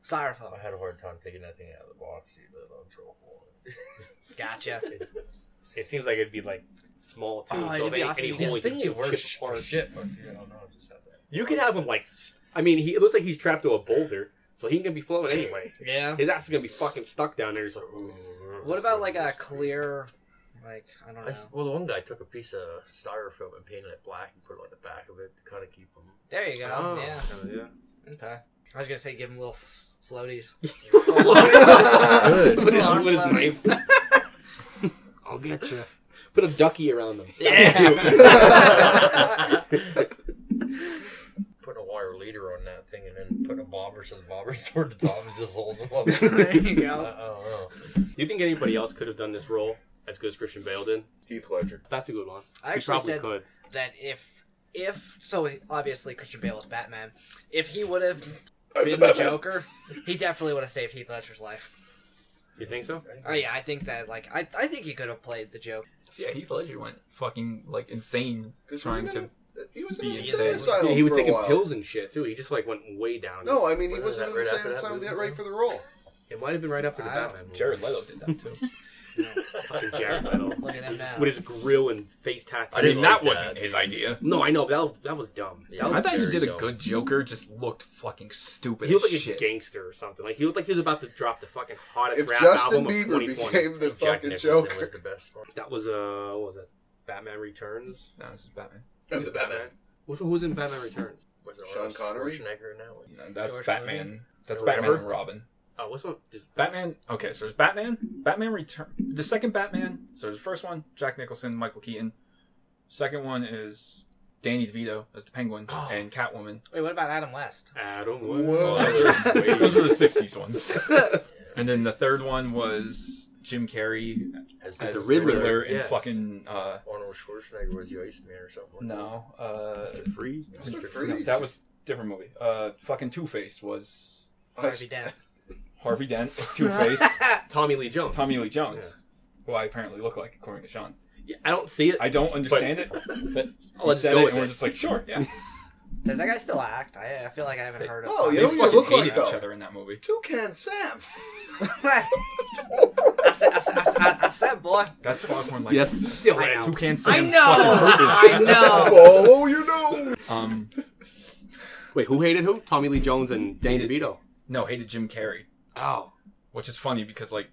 Styrofoam. I had a hard time taking that thing out of the box, even on troll floor. Gotcha. It seems like it'd be like small too. Oh, so it'd if be any, awesome. any You can hole you think can it chip apart. shit, but yeah, I don't know. I just had that. You can have him like. s- I mean, he it looks like he's trapped to a boulder, so he can be floating (laughs) anyway. yeah. His ass is gonna be fucking stuck down there. He's like, What about, like, a clear, like, I don't I know. s well, the one guy took a piece of styrofoam and painted it black and put it on the back of it to kind of keep him. There you go. Oh, Yeah. yeah. Okay. I was going to say give him little s- floaties. Oh. (laughs) Put his, Arm with his flap. knife. (laughs) I'll get you. Put a ducky around them. Put a wire leader on that thing and then put a bobber (laughs) so the bobber's toward the top and just hold him up. there you I, I go. don't know. You think anybody else could have done this role as good as Christian Bale did? Heath Ledger. That's a good one. I He actually probably said- could. (laughs) That if, if, so obviously Christian Bale is Batman. If he would have been the Joker, he definitely would have saved Heath Ledger's life. You think so? Oh yeah, I think that like I, I think he could have played the joke. yeah. He Ledger went fucking like insane 'Cause he was trying in to. a- He was in be an insane. insane asylum. Yeah, he was for a taking while. pills and shit too. He just like went way down. No, I mean, he Wasn't was in that an right insane after that asylum to movie? get ready for the (laughs) role. it might have been right after the I Batman. movie. Jared Leto did that too. fucking (laughs) Jared Leto. Look at him He's- now. With his grill and face tattoo. I I mean, didn't that like wasn't that. his idea. No, I know. but That that was dumb. That I I was thought he very did a dumb. good Joker. Just looked fucking stupid He as looked like shit. a gangster or something. Like he looked like he was about to drop the fucking hottest If rap Justin album of Bieber 2020. became the Jack fucking Nicholson was Joker, the best one. That was uh, what was that? Batman Returns. No, this is Batman. It was the Batman. Who's who was in Batman Returns? Was it Sean Arnold Connery? Schwarzenegger in that one? No, that's George Batman. That's Or Batman whatever. and Robin. Oh, what's one? Did, Batman. Okay, so there's Batman. Batman Return. The second Batman. So there's the first one, Jack Nicholson, Michael Keaton. Second one is Danny DeVito as the Penguin Oh. and Catwoman. Wait, what about Adam West? Adam Whoa. Those West. are, (laughs) those were the '60s ones. (laughs) And then the third one was Jim Carrey As as the the Riddler, Riddler, and yes. fucking uh, Arnold Schwarzenegger was the Iceman or something. no, uh, Mr. Freeze. Mr. no, Freeze. that was different movie. Uh, fucking Two Face was Harvey Dent. Harvey Dent as (laughs) Two Face. Tommy Lee Jones. Tommy Lee Jones, who I apparently look like according to Sean. Yeah, I don't see it. I don't understand it, (laughs) but he let's said go it, with and we're it. just like, sure, (laughs) yeah. Does that guy still act? I, I feel like I haven't heard of. Oh, him. you know they what fucking you look hated like, each though? other in that movie. Toucan Sam. I, said, I, said, I, said, I said, boy. (laughs) That's Foghorn Leghorn. Yes, still I I know. Two can't I Sam's know. (laughs) I fucking know. Oh, you know. know. Um, Wait, who hated who? Tommy Lee Jones and Danny DeVito. no, hated Jim Carrey, Oh, which is funny because like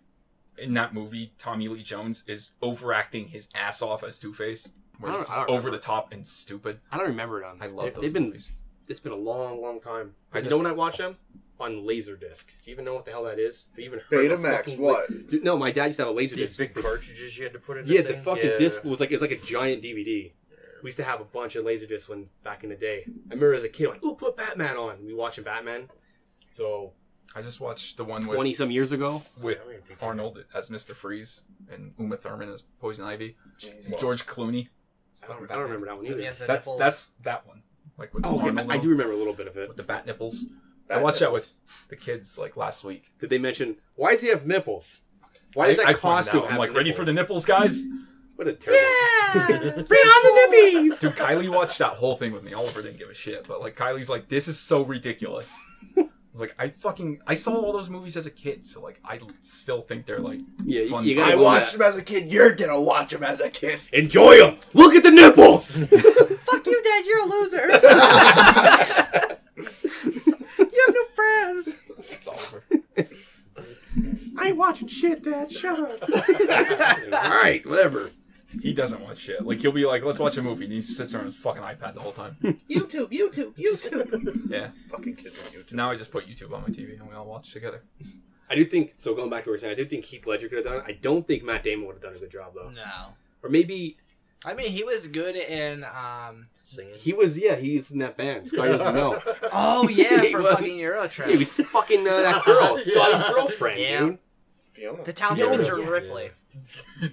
in that movie, Tommy Lee Jones is overacting his ass off as Two Face, where I it's don't- I just don't over remember. the top and stupid. I don't remember them. I love They- those They've been. movies. It's been a long, long time. I you just- know when I watched them on Laserdisc. Do you even know what the hell that is? Have you even heard of Betamax, fucking- what? Dude, No, my dad used to have a These Laserdisc. big cartridges you had to put in. Yeah, that the thing? fucking Yeah. disc was like it's like a giant DVD. We used to have a bunch of laser discs when back in the day. I remember as a kid, like, ooh, put Batman on. We watching Batman. So I just watched the one twenty with, some years ago. with I mean, if you can- Arnold as Mr. Freeze and Uma Thurman as Poison Ivy, George Clooney. as I don't, I fucking don't Batman. remember that one He either. has the That's nipples. that's that one. Like with Oh, okay, Arnold I, I on- do remember a little bit of it. with the bat nipples. I Bat watched that nipples. with the kids like last week. Did they mention why does he have nipples? Why does I- that I pointed costume out, have I'm like, ready for the nipples?" nipples, guys? What a terrible. Bring on the nippies! (laughs) Dude, Kylie watched that whole thing with me. Oliver didn't give a shit, but like Kylie's like, this is so ridiculous. I was like, I fucking I saw all those movies as a kid, so like I still think they're like Yeah, you- fun. you I gotta- times. watched him as a kid. You're gonna watch him as a kid. Enjoy them. Look at the (laughs) nipples. Fuck you, Dad, you're (laughs) a loser. you have no friends. It's Oliver. I ain't watching shit, Dad. Shut up. (laughs) All right, whatever. He doesn't watch shit. Like he'll be like, let's watch a movie, and he sits there on his fucking iPad the whole time. YouTube, YouTube, YouTube. Yeah. Fucking kids on YouTube. Now I just put YouTube on my TV and we all watch together. I do think so. Going back to what we were saying, I do think Heath Ledger could have done it. I don't think Matt Damon would have done a good job though. No. Or maybe I mean, he was good in, (laughs) um... Singing. he was. Yeah, he's in that band. Sky doesn't know. Oh, yeah, He for was. fucking Eurotrip. (laughs) he was fucking uh, that (laughs) girl. It's Yeah. Dottie's girlfriend, Yeah. dude. Fiona. the town Yeah, Mr. yeah. Ripley.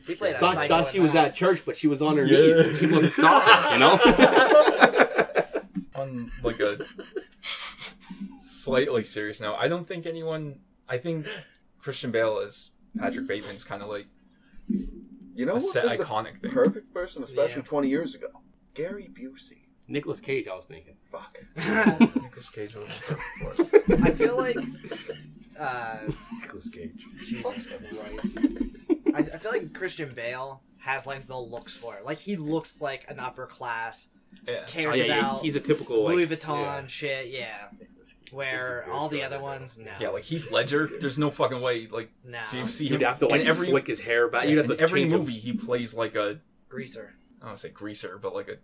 He played a Thought, psycho thought in she was that. at church, but she was on her Yeah. knees. and She wasn't stopping, you (laughs) know. On like a slightly serious note, I don't think anyone. I think Christian Bale as Patrick Bateman's kind of like You know a what? set did the iconic thing. Perfect person, especially Yeah. 20 years ago. Gary Busey. Nicholas Cage, I was thinking. Fuck. Nicolas Cage was perfect (laughs) for it. I feel like... (laughs) Uh, Nicholas Cage. Jesus Oh, Christ. I, I feel like Christian Bale has, like, the looks for it. Like, he looks like an upper class, Yeah. Oh cares yeah, yeah, about he's a typical like, Louis Vuitton yeah. shit, yeah. Where all the other ones, no. Yeah, like Heath Ledger. There's no fucking way. Like no. you've seen You'd him have to like in every slick his hair back. You'd have in to every change him. movie he plays like a Greaser. I don't want to say greaser, but like a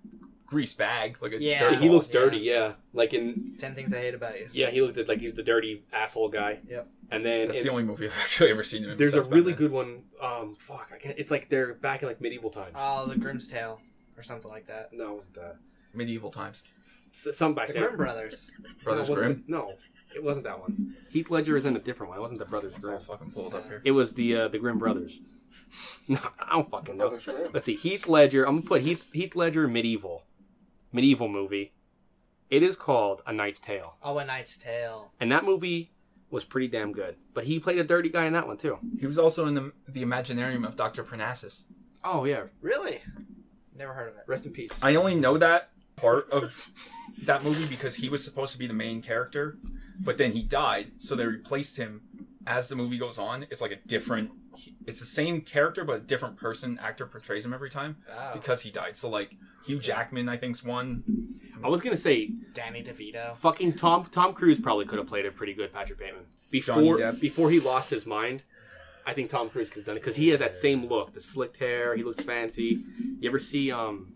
grease bag, like a Yeah. dirty. He looks Yeah. dirty, yeah. Like in Ten Things I Hate About You. yeah, he looked at, like he's the dirty asshole guy. Yep. And then That's in- the only movie I've (laughs) actually ever seen him. in there's a besides really Batman. good one. Um, fuck, I can't. It's like they're back in like medieval times. Oh, The Grimm's Tale or something like that. no, it wasn't that. medieval times. S- some back The there. Grimm Brothers. Brothers no, it wasn't Grimm. the- no, it wasn't that one. Heath Ledger is in a different one. It wasn't the Brothers Let's all Grimm. fucking pull it up here. It was the uh, the Grimm brothers. (laughs) No, I don't fucking know. Brothers Grimm. (laughs) Let's see. Heath Ledger. I'm gonna put Heath Heath Ledger medieval, medieval movie. It is called A Knight's Tale, Oh, A Knight's Tale. and that movie was pretty damn good. But he played a dirty guy in that one too. He was also in the the Imaginarium of Doctor Parnassus. Oh yeah, Really? Never heard of it. rest in peace. I only know that part of that movie because he was supposed to be the main character, but then he died, so they replaced him. As the movie goes on, it's like a different. It's the same character, but a different person actor portrays him every time Oh. because he died. So like Hugh Jackman, I think's one. I was gonna say Danny DeVito. fucking Tom Tom Cruise probably could have played a pretty good Patrick Bateman before Johnny Depp. before he lost his mind. I think Tom Cruise could have done it because he had that same look, the slicked hair. He looks fancy. You ever see um,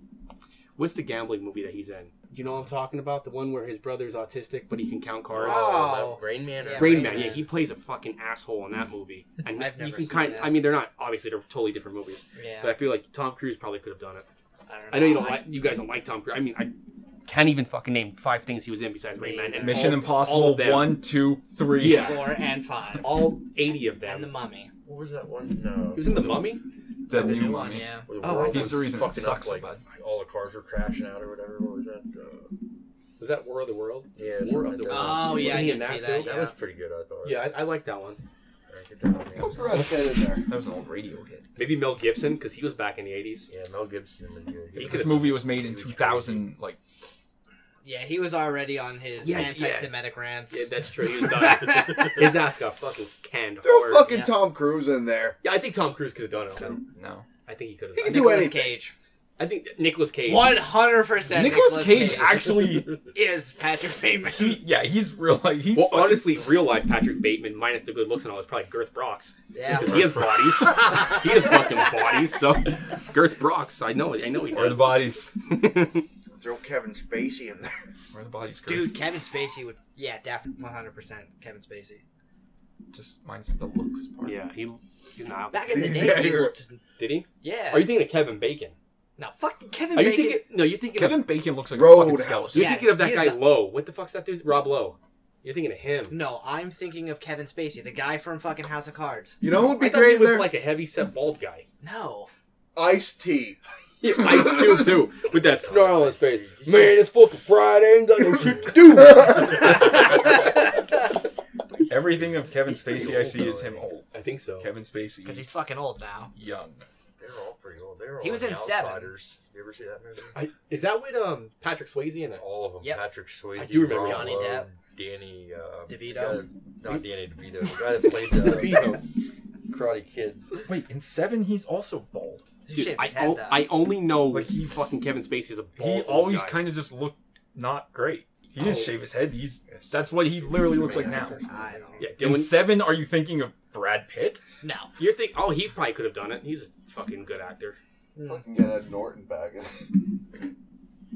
what's the gambling movie that he's in? You know what I'm talking about? The one where his brother's autistic but he can count cards. Oh. Rain Man. Yeah. Rain Rain Man, yeah, Man. he plays a fucking asshole in that movie, and I've you never can seen kind. that. I mean, they're not obviously they're totally different movies, Yeah. but I feel like Tom Cruise probably could have done it. I, don't I know you don't like, you guys don't like Tom Cruise. I mean, I can't even fucking name five things he was in besides Rain Man and Mission all- Impossible all of them. one, two, three. Yeah. Four and five. all 80 of them. And The Mummy. What was that one? No. he was in The Mummy? the, new, New one. one, yeah. Where the Oh, world he's was the reason it fucking sucks so up, like, all the cars were crashing out or whatever. What was that? Uh, Was that War of the World? yeah, War something of like the that. World. Oh, yeah, I Wasn't he did in see that that, too? That yeah. was pretty good, I thought. I, I like that one. I could definitely- Put Brad Pitt in there. That was an old radio hit. Maybe Mel Gibson, because he was back in the 80s. Yeah, Mel Gibson was good. He This could've- movie was made in 2000, like Yeah, he was already on his Yeah, yeah. anti-Semitic rants. Yeah, that's true. He (laughs) was done. His ass got fucking canned Throw hard. fucking yeah. Tom Cruise in there. Yeah, I think Tom Cruise could have done it. though. no. I think he could have He can done it. do Nicolas anything. Cage. I think Nicolas Cage. One hundred percent. Nicholas Cage actually, is Patrick Bateman. he, yeah, he's real. Like he's Well, fucking- honestly, real life Patrick Bateman, minus the good looks and all, is probably Girth Brox. Yeah. Because he has bodies. he has fucking bodies, so. Girth Brox, I know it. I know he Where are the does. bodies? Throw Kevin Spacey in there. Where are the bodies? Kurt? Dude, Kevin Spacey would. Yeah, definitely one hundred percent. Kevin Spacey. just minus the looks (laughs) part. Yeah, he, he's not. Back in the Yeah, day, he you're- looked. Did he? Yeah. Are you thinking of Kevin Bacon? no, fuck Kevin Are you Bacon. thinking? No, you're thinking. Kevin Of, Bacon looks like a Roadhouse. fucking skeleton. you're Yeah, thinking of that he is guy the- Lowe. What the fuck's that dude? Rob Lowe. You're thinking of him. No, I'm thinking of Kevin Spacey, the guy from fucking House of Cards. You know who would be I thought he great in was there? like a heavy set bald guy. No. Ice T. (laughs) Yeah, Oh, Ice Cube too, with (laughs) that snarl on his face. Man, it's fucking Friday. Ain't got no shit to do. Everything of Kevin pretty Spacey I old see is though, him eh? old. I think so. Kevin Spacey Because he's fucking old now. young. They're all pretty old. They're (laughs) They were He all was the in Seven. Outsiders. You ever see that movie? I, is that with um Patrick Swayze in it? All of them. Yep. Patrick Swayze. I do remember Rob Johnny Lowe, Depp. Danny. Uh, the DeVito. guy- not Danny DeVito. The (laughs) guy that played the DeVito. (laughs) Karate Kid. Wait, in seven, he's also bald. He Dude, shaved I, his head, o- though. I only know Like, he fucking Kevin Spacey is a bald he always guy. kind of just looked not great. He didn't Oh. shave his head. He's that's what he literally looks like now. I don't. yeah, In Dylan- seven, are you thinking of Brad Pitt? No. You're think oh he probably could have done it. He's a fucking good actor. Hmm. Fucking get Ed Norton (laughs) back. Oh,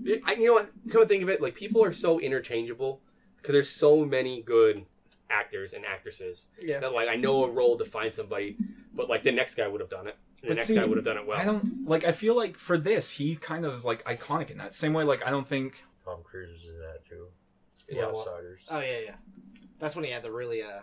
Yeah, I, you know what? Come to think of it, like people are so interchangeable because there's so many good actors and actresses Yeah. that like I know a role defines somebody, but like the next guy would have done it. The But next see, guy would have done it well. I don't like. I feel like for this, he kind of is like iconic in that same way. Like I don't think Tom Cruise was in that too. The Yeah, well- uh, Outsiders. Oh yeah, yeah. That's when he had the really uh.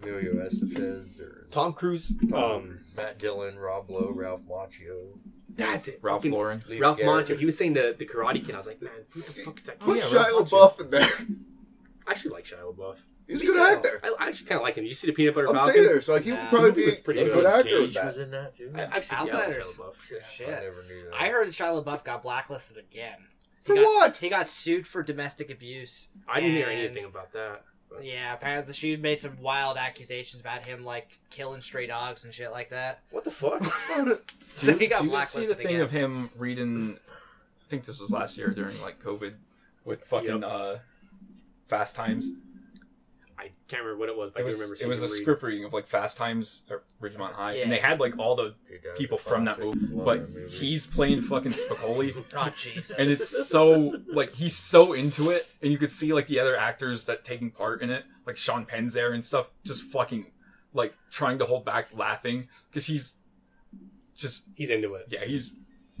Emilio Estevez or Tom Cruise, um, um, Matt Dillon, Rob Lowe, Ralph Macchio, that's it. Ralph Fucking Lauren. Lee Ralph Garrett. Macchio. He was saying the the Karate Kid. I was like, man, who the fuck is that? Put Kid? yeah, Shia Ralph LaBeouf in there. I actually like Shia LaBeouf. He's a Me good too. actor. I, I actually kind of like him. You see the Peanut Butter I'm Falcon? saying this, like he would Nah. probably He be was a pretty good good. actor with Cage was that. in that too. I actually yeah, I like Outsiders. Shia LaBeouf. Shit. I never knew that. I heard that Shia LaBeouf got blacklisted again. For He got- what? He got sued for domestic abuse. I didn't hear And- anything about that. Yeah, apparently she made some wild accusations about him, like killing stray dogs and shit like that. (laughs) What the (laughs) fuck? So Do he you, got do you guys see the blacklisted thing again. of him reading? I think this was last year during like COVID with fucking Yep. uh, Fast Times. I can't remember what it was. But I It do was remember it was a seeing him read. script reading of like Fast Times at Ridgemont High, Yeah. and they had like all the Dude, that was people a from that classic. movie, Love but that movie. he's playing fucking Spicoli. (laughs) Oh Jesus! and it's so like he's so into it and you could see like the other actors that taking part in it like sean penn's there and stuff just fucking like trying to hold back laughing because he's just He's into it. yeah he's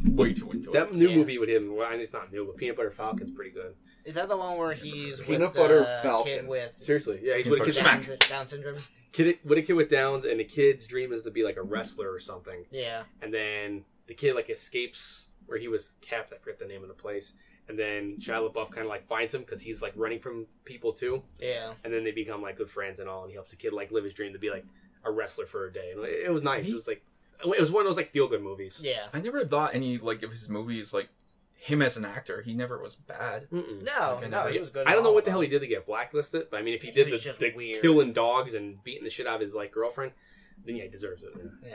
way too into it That new Yeah. movie with him, well, and it's not new, but Peanut Butter Falcon's pretty good. is that the one where he's Peanut with butter the falcon. kid with Seriously, yeah, he's Peanut with a kid, Butter Down, Smack. Down syndrome? kid, with a kid with Downs, and the kid's dream is to be like a wrestler or something. Yeah, And then the kid like escapes where he was kept. I forget the name of the place. And then Shia LaBeouf kind of like finds him because he's like running from people too. yeah. And then they become like good friends and all. And he helps the kid like live his dream to be like a wrestler for a day. And it it was nice. It was like it was one of those like feel good movies. Yeah. i never thought any like of his movies like him as an actor he never was bad Mm-mm. No, Okay, no, no, he was good. I in don't know all what of the hell them. he did to get blacklisted, but I mean, if he He did was the, just the weird. killing dogs and beating the shit out of his like girlfriend, then yeah, he deserves it. Yeah,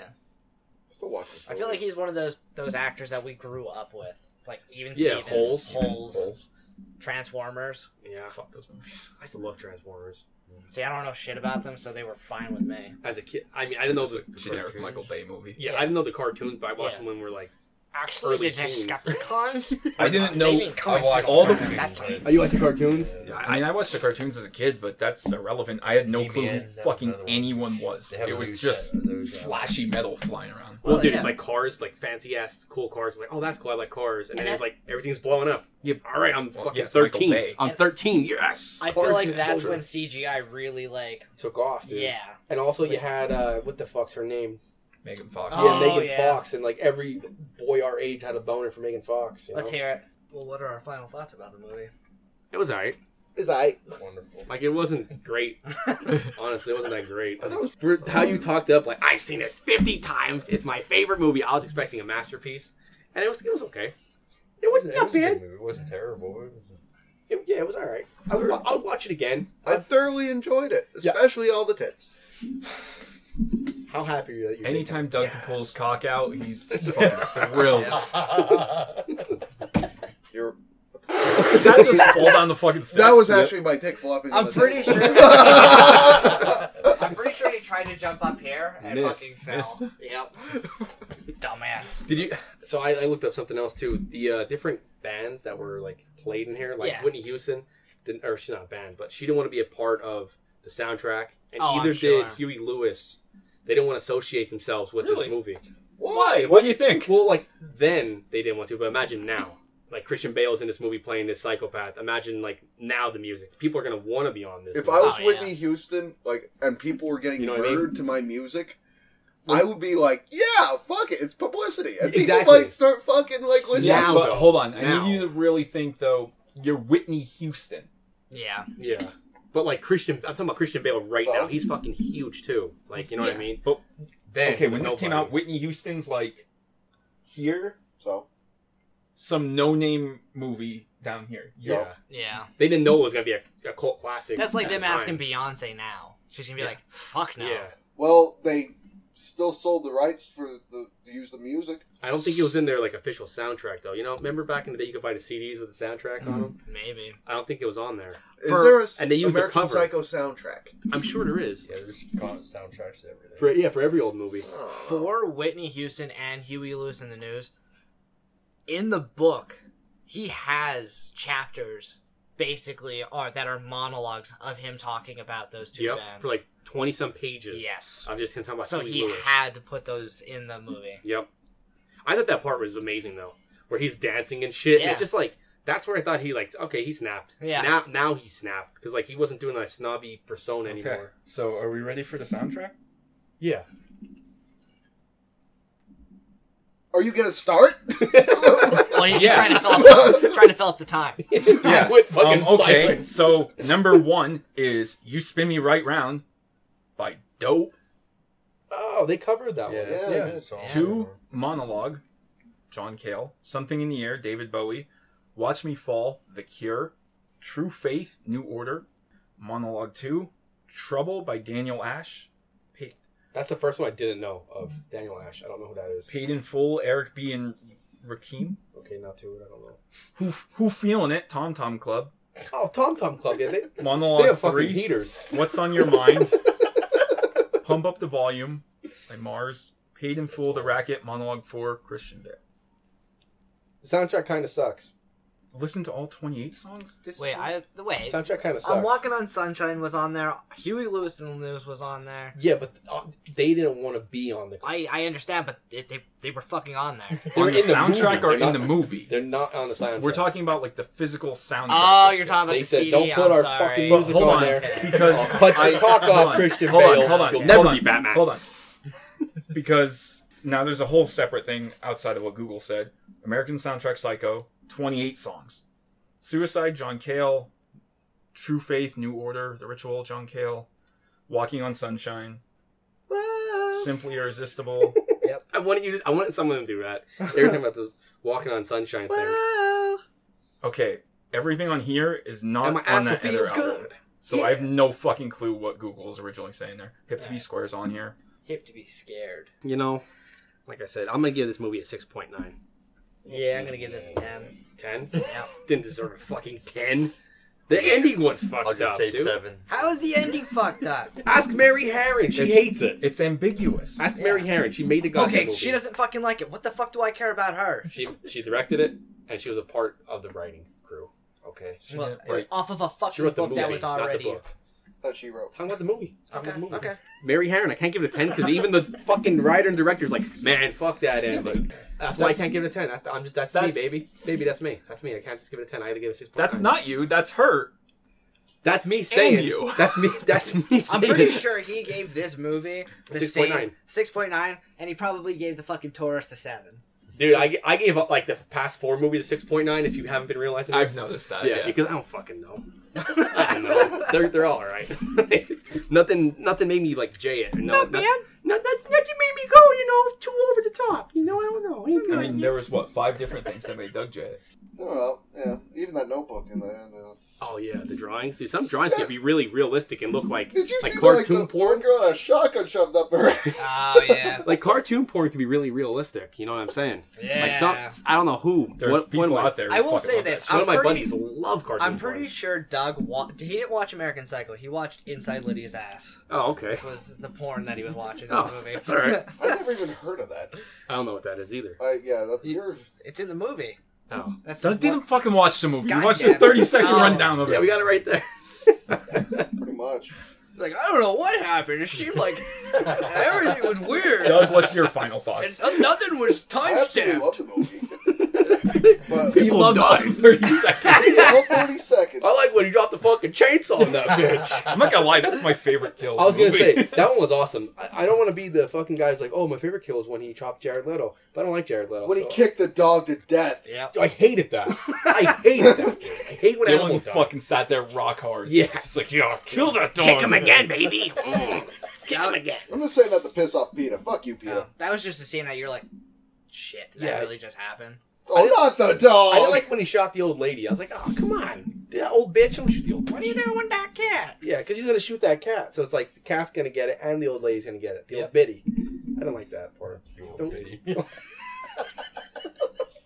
Still watching. I feel like he's one of those those actors that we grew up with, like even Yeah, Stevens, Holes. Holes, Transformers. Yeah, fuck those movies I used to love Transformers See, I don't know shit about them, so they were fine with me. as a kid. I mean, I didn't know Just the a generic cartoons. michael bay movie (laughs) Yeah, I didn't know the cartoons, but I watched Yeah. them when we were like, Actually, Early the teens. (laughs) Decepticons. i didn't know I watched all the- "Are Oh, you watching cartoons?" Yeah. I I mean, I watched the cartoons as a kid, but that's irrelevant. I had no clue He-Man, who that was fucking another one. anyone was. They have It a was new just set of those, uh, flashy metal flying around. Well, Well, dude, yeah. it's like cars, like fancy ass cool cars. It's like, oh, that's cool. I like cars, and, And then it's like everything's blowing up. Yep. All right, I'm Well, fucking yeah, it's Michael thirteen. Bay. I'm And- thirteen. Yes. I Cars feel like and that's when explosions. CGI really like took off, dude. yeah. And also, you had uh, what the fuck's her name? Megan Fox. Oh, yeah, Megan yeah. Fox, and like every boy our age had a boner for Megan Fox. You know? Let's hear it. Well, what are our final thoughts about the movie? It was alright. is I. Wonderful. Like it wasn't great. Honestly, it wasn't that great. I thought it was- For how you talked up, like I've seen this fifty times. It's my favorite movie. I was expecting a masterpiece, and it was it was okay. It wasn't It that was a good bad. movie. It wasn't terrible. It was It- yeah, it was all right. I would, I'll watch it again. I thoroughly enjoyed it, especially all the tits. How happy are you? Anytime Doug can pull his cock out, (laughs) he's just fucking thrilled. You're. Not just fall down the fucking steps. That was actually my dick flopping. on I'm the pretty table. sure. (laughs) I'm pretty sure he tried to jump up here and Missed. fucking fell. Missed. Yep. (laughs) Dumbass. Did you? So I, I looked up something else too. The uh, different bands that were like played in here, like Yeah. Whitney Houston, didn't, or she's not a band, but she didn't want to be a part of the soundtrack, and Oh, I'm either sure. did Huey Lewis. They didn't want to associate themselves with Really? this movie. Why? What do you think? Well, like then they didn't want to, but imagine now. Like Christian Bale's in this movie playing this psychopath. Imagine like now the music. People are gonna want to be on this. If movie. I was Oh, yeah. Whitney Houston, like, and people were getting You know what I mean? murdered to my music, I would be like, "Yeah, fuck it, it's publicity," and Exactly. people might start fucking like listening. Yeah, Now, but though. hold on. Now. I need you to really think though. You're Whitney Houston. Yeah. Ah, yeah, but like Christian, I'm talking about Christian Bale right Fuck. now. He's fucking huge too. Like you know what I mean? But Then okay, he when was this came nobody. out, Whitney Houston's like here, So some no-name movie down here. Yeah. Yeah. They didn't know it was gonna be a, a cult classic. That's like at them the time. asking Beyonce now. She's gonna be Yeah. like, fuck no. Yeah, well, they still sold the rights for the to use the music. I don't think it was in their like official soundtrack though. You know, remember back in the day you could buy the CDs with the soundtracks Mm-hmm. on them. Maybe. I don't think it was on there. Is For- there a s- and they used the American cover. Psycho soundtrack? I'm sure there is. Yeah, there's soundtracks to everything. For yeah, for every old movie. For Whitney Houston and Huey Lewis in the news, in the book, he has chapters basically are that are monologues of him talking about those two Yep, bands. for like twenty some pages. Yes. I'm just gonna talk about. so Huey he Lewis. had to put those in the (laughs) movie. Yep. I thought that part was amazing though, where he's dancing and shit. And Yeah. it's just like that's where I thought he like okay he snapped. Yeah. Now now he snapped because like he wasn't doing that snobby persona Okay. anymore. So, are we ready for the soundtrack? Yeah. (laughs) Are you gonna start? Well, he's Yes. trying, to (laughs) fill up, trying to fill up the time. Yeah. Quit fucking Um, okay. silence. So, number one is "You Spin Me Right Round" by Dope. Oh, they covered that Yeah, one. that's Yeah. a good song. Two monologue, John Cale. Something in the air, David Bowie. Watch Me Fall, The Cure. True Faith, New Order. Monologue two, Trouble by Daniel Ash. Pa- That's the first one I didn't know of Daniel Ash. I don't know who that is. Paid in full, Eric B. and Rakim. Okay, not two. I don't know. Who Who feeling it? Tom Tom Club. Oh, Tom Tom Club. Yeah, they, (laughs) they Monologue have fucking three. heaters. What's on your mind? Pump up the volume by Mars. Paid in full, the racket. Monologue four, Christian Bale. Soundtrack kind of sucks. Listen to all twenty-eight songs. This Wait, I wait. Soundtrack kind of sucks. I'm walking on sunshine was on there. Huey Lewis in the news was on there. Yeah, but uh, they didn't want to be on the. I, I understand, but it, they they were fucking on (laughs) there. They're on the in the soundtrack movie. or They're in not- the movie. They're not on the soundtrack. We're talking about like the physical soundtrack. Oh, This you're is- talking about They the said, CD. "Don't put I'm our sorry. fucking But music hold on on, there." because I'll (laughs) cut your I- cock hold off, on, Christian hold Bale. On, hold on, You'll hold never on, be Batman. Hold on, (laughs) because now there's a whole separate thing outside of what Google said. American soundtrack Psycho, 28 songs. Suicide, John Cale. True Faith, New Order, The Ritual, John Cale. Walking on Sunshine. (laughs) Simply Irresistible. I wanted you. To, I wanted someone to do (laughs) that. Every time about the walking on sunshine thing. Okay, everything on here is not And my on ass that feels other album. good. So I have no fucking clue what Google was originally saying there. Hip to be squares on here. Hip to be scared. You know, like I said, I'm gonna give this movie a six point nine. Yeah, I'm gonna give this a ten. Ten? Yeah. (laughs) Didn't deserve a fucking ten. The ending was fucked I'll just up, say dude. seven. (laughs) How is the ending fucked up? Ask Mary Harron. She It's- hates it. It's ambiguous. Ask Mary Harron. She made the goddamn Okay, movie. she doesn't fucking like it. What the fuck do I care about her? She she directed it, and she was a part of the writing crew. Okay. She, Well, right. off of a fucking wrote book the movie, that was not the already. book. that she wrote. Talking about the movie. Okay, Talking about the movie. (laughs) okay. Mary Harron, I can't give it a 10 because even the fucking writer and director's like, man, fuck that ending. That's why I can't give it a 10. That- I'm just, that's, That's- me, baby. Baby, that's me. That's me. I can't just give it a 10. I gotta give it a 6. That's not you. That's her. That's me saying. you. That's me. (laughs) That's me I'm saying. pretty sure he gave this movie the 6.9. six point nine, and he probably gave the fucking Taurus a seven. Dude, I, g- I gave up like the past four movies a 6.9 if you haven't been realizing this. I've noticed that. Yeah, Yeah. because I don't fucking know. (laughs) I don't know. They're, they're all right. (laughs) nothing nothing made me like Jay it. No, man. No, that's, nothing made me go, you know, too over the top. You know, I don't know. I mean, there was what five different things that made Doug J. Oh, well, yeah. Even that notebook in the end. Uh, Oh yeah, the drawings. Dude, some drawings can be really realistic and look like did you like see cartoon like, the porn porn. girl had a shotgun shoved up her ass? (laughs) Oh yeah. Like cartoon porn can be really realistic. You know what I'm saying? Like Yeah. some, I don't know who. There's what, people one of my, out there. I who will fucking say love that this, shit. One of my I'm pretty- buddies love cartoon. I'm pretty sure Doug wa- he didn't watch American Psycho. He watched Inside Lydia's Ass, Porn. Oh okay. which was the porn that he was watching in Oh, the movie. (laughs) all right. I never even heard of that. I don't know what that is either. I yeah, that, you're (laughs) it's in the movie. Oh That's Doug what- didn't fucking watch the movie. God you watched damn the it. 30 second Oh. rundown of it. yeah, we got it right there. pretty much. like I don't know what happened. It seemed like everything was weird. (laughs) Doug, what's your final thoughts? And nothing was I absolutely timestamped. love the movie. (laughs) but He loved all 30 seconds. all (laughs) thirty seconds. I like when he dropped the fucking chainsaw in (laughs) that bitch. I'm not gonna lie, that's my favorite kill. I was gonna (laughs) movie. say that one was awesome. I, I don't want to be the fucking guy who's like, oh, my favorite kill is when he chopped Jared Leto, but I don't like Jared Leto. when he so- kicked the dog to death. Yeah. I hated (laughs) that. I hated that. I hate when (laughs) Dylan animals die. fucking sat there rock hard. Yeah. Just like, yeah, kill that dog. baby. (laughs) Kick him again. I'm just saying that to piss off Peter. Fuck you, Peter. Um, That was just a scene that you're like, shit, did Yeah. that really just happen? Oh, not the dog. I didn't like when he shot the old lady. I was like, oh, come on. That old bitch, I'm gonna shoot the old What are you doing with that cat? Yeah, because he's going to shoot that cat. So it's like the cat's going to get it and the old lady's going to get it. The old biddy. I don't like that part. Don't-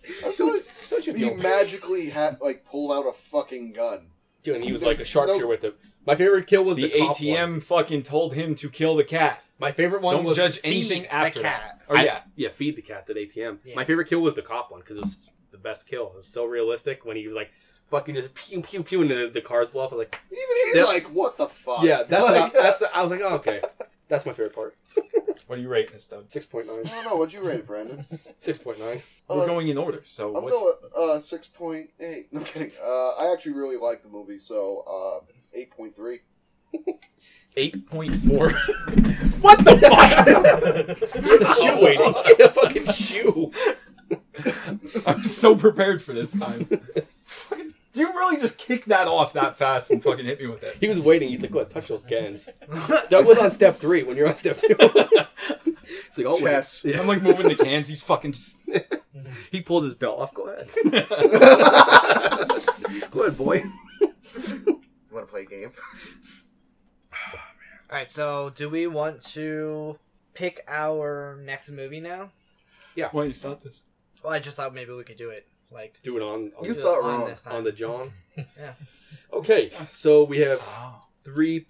I feel like Don't shoot the he old bitch. magically had like pulled out a fucking gun. Dude, and he was like a sharpshooter No. with it. My favorite kill was the, The cop ATM one. fucking told him to kill the cat. My favorite one Don't was judge feed anything the after cat. that. Or I- yeah, Yeah, feed the cat at ATM. Yeah. My favorite kill was the cop one because it was the best kill. It was so realistic when he was like fucking just pew pew pew and the, the cards blow up. I was like, Even he's Yep. like, "What the fuck?" yeah, that's what I, like, that's I was (laughs) like, oh, okay, that's my favorite part. what are you rating this though? Six point nine. (laughs) I don't know. What'd you rate, it, Brandon? Six point nine. Uh, We're going in order, so I'm what's going uh, six point eight. No I'm kidding. Uh, I actually really like the movie, so uh, eight point three. eight point four? (laughs) what the fuck? The (laughs) shoe waiting. the Oh, fucking shoe. I'm so prepared for this time. Fucking- you really just kicked that off that fast and fucking hit me with it. He was waiting. He's like, "What? Touch those cans." Doug was on step three. When you're on step two, (laughs) it's like, "Oh Chess. wait." Yeah. I'm like moving the cans. He's fucking just. He pulled his belt off. Go ahead. Go ahead, boy. You want to play a game? All right, so do we want to pick our next movie now? Why don't you stop this? Well, I just thought maybe we could do it like Do it on on, You do it thought on wrong. this time. on the John. Yeah. Okay, so we have Oh, three.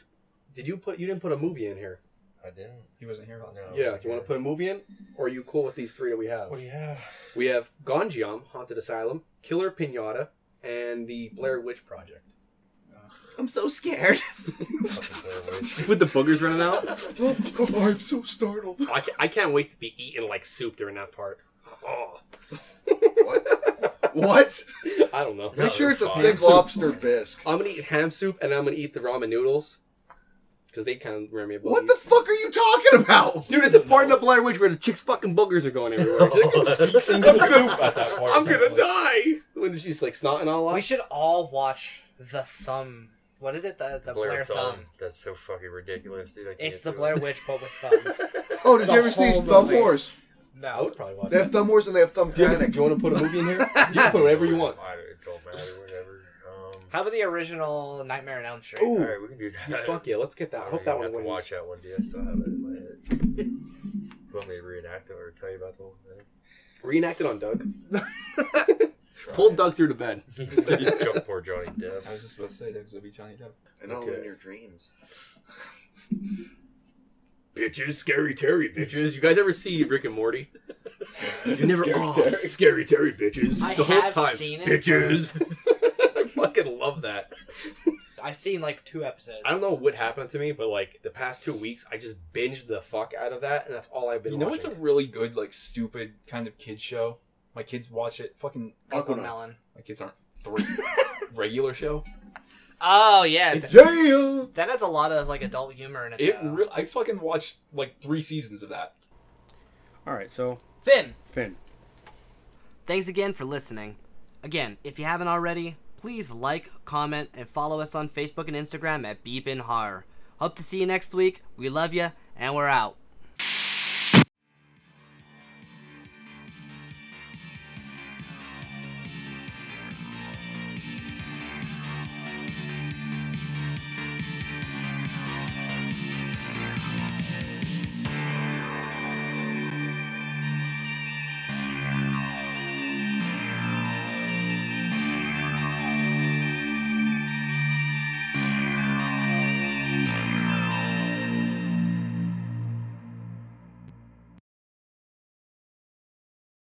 Did you put? You didn't put a movie in here. I didn't. he wasn't here last No. time. Yeah. Do you want to put a movie in, or are you cool with these three that we have? Oh, What do you have? We have Gonjiam, Haunted Asylum, Killer Pinata, and the Blair Witch Project. I'm so scared. (laughs) (laughs) With the boogers running out. (laughs) Oh, I'm so startled. I can't, I can't wait to be eating like soup during that part. Oh, What? I don't know. Make sure it's a Fine. thick lobster bisque. I'm gonna eat ham soup and I'm gonna eat the ramen noodles because they kind of remind me of What the boogies. fuck are you talking about? (laughs) Dude, it's a part in the Blair Witch where the chicks fucking boogers are going (laughs) everywhere. She's like, I'm gonna die. When she's like snotting all We out. should all watch the thumb. What is it? The the Blair, thumb. That's so fucking ridiculous, dude. I can't It's the do it. Blair Witch, but with thumbs. Oh, did The you ever see whole Thumb movie. Wars? I No. would probably watch They have it. Thumb Wars and they have Thumb Do you, do Panic. you want to put a movie in here? You can put whatever you It's want. fine, It don't matter. Whatever. Um, How about the original Nightmare on Elm Street? (laughs) Ooh, all right, we can do that. fuck yeah, let's get that. I hope that don't even one have wins. to watch that one, dude. I still have it in my head. (laughs) you want me to reenact it or tell you about the whole thing? Reenact it on Doug. Try Pull it. Doug through the bed. Jump poor Johnny Depp. I was just about to say that because it'll be Johnny Depp. And all Okay. in your dreams. Bitches, scary Terry, bitches. You guys ever see Rick and (laughs) Morty? You never Scary oh, Terry. scary Terry, bitches. I the whole have time, seen it, (laughs) bitches. I fucking love that. I've seen like two episodes. I don't know what happened to me, but like the past two weeks, I just binged the fuck out of that, and that's all I've been. You know what's watching. a really good, like, stupid kind of kid show? My kids watch it. Fucking. That's the Aquanauts. melon. My kids aren't three. Regular show. Oh yeah, It's- that- Jail! that has a lot of like adult humor in it. It though. re- I fucking watched like three seasons of that. All right, so Finn. Finn, Thanks again for listening. Again, if you haven't already, please like, comment, and follow us on Facebook and Instagram at Beepin' Horror. Hope to see you next week. We love you, and we're out.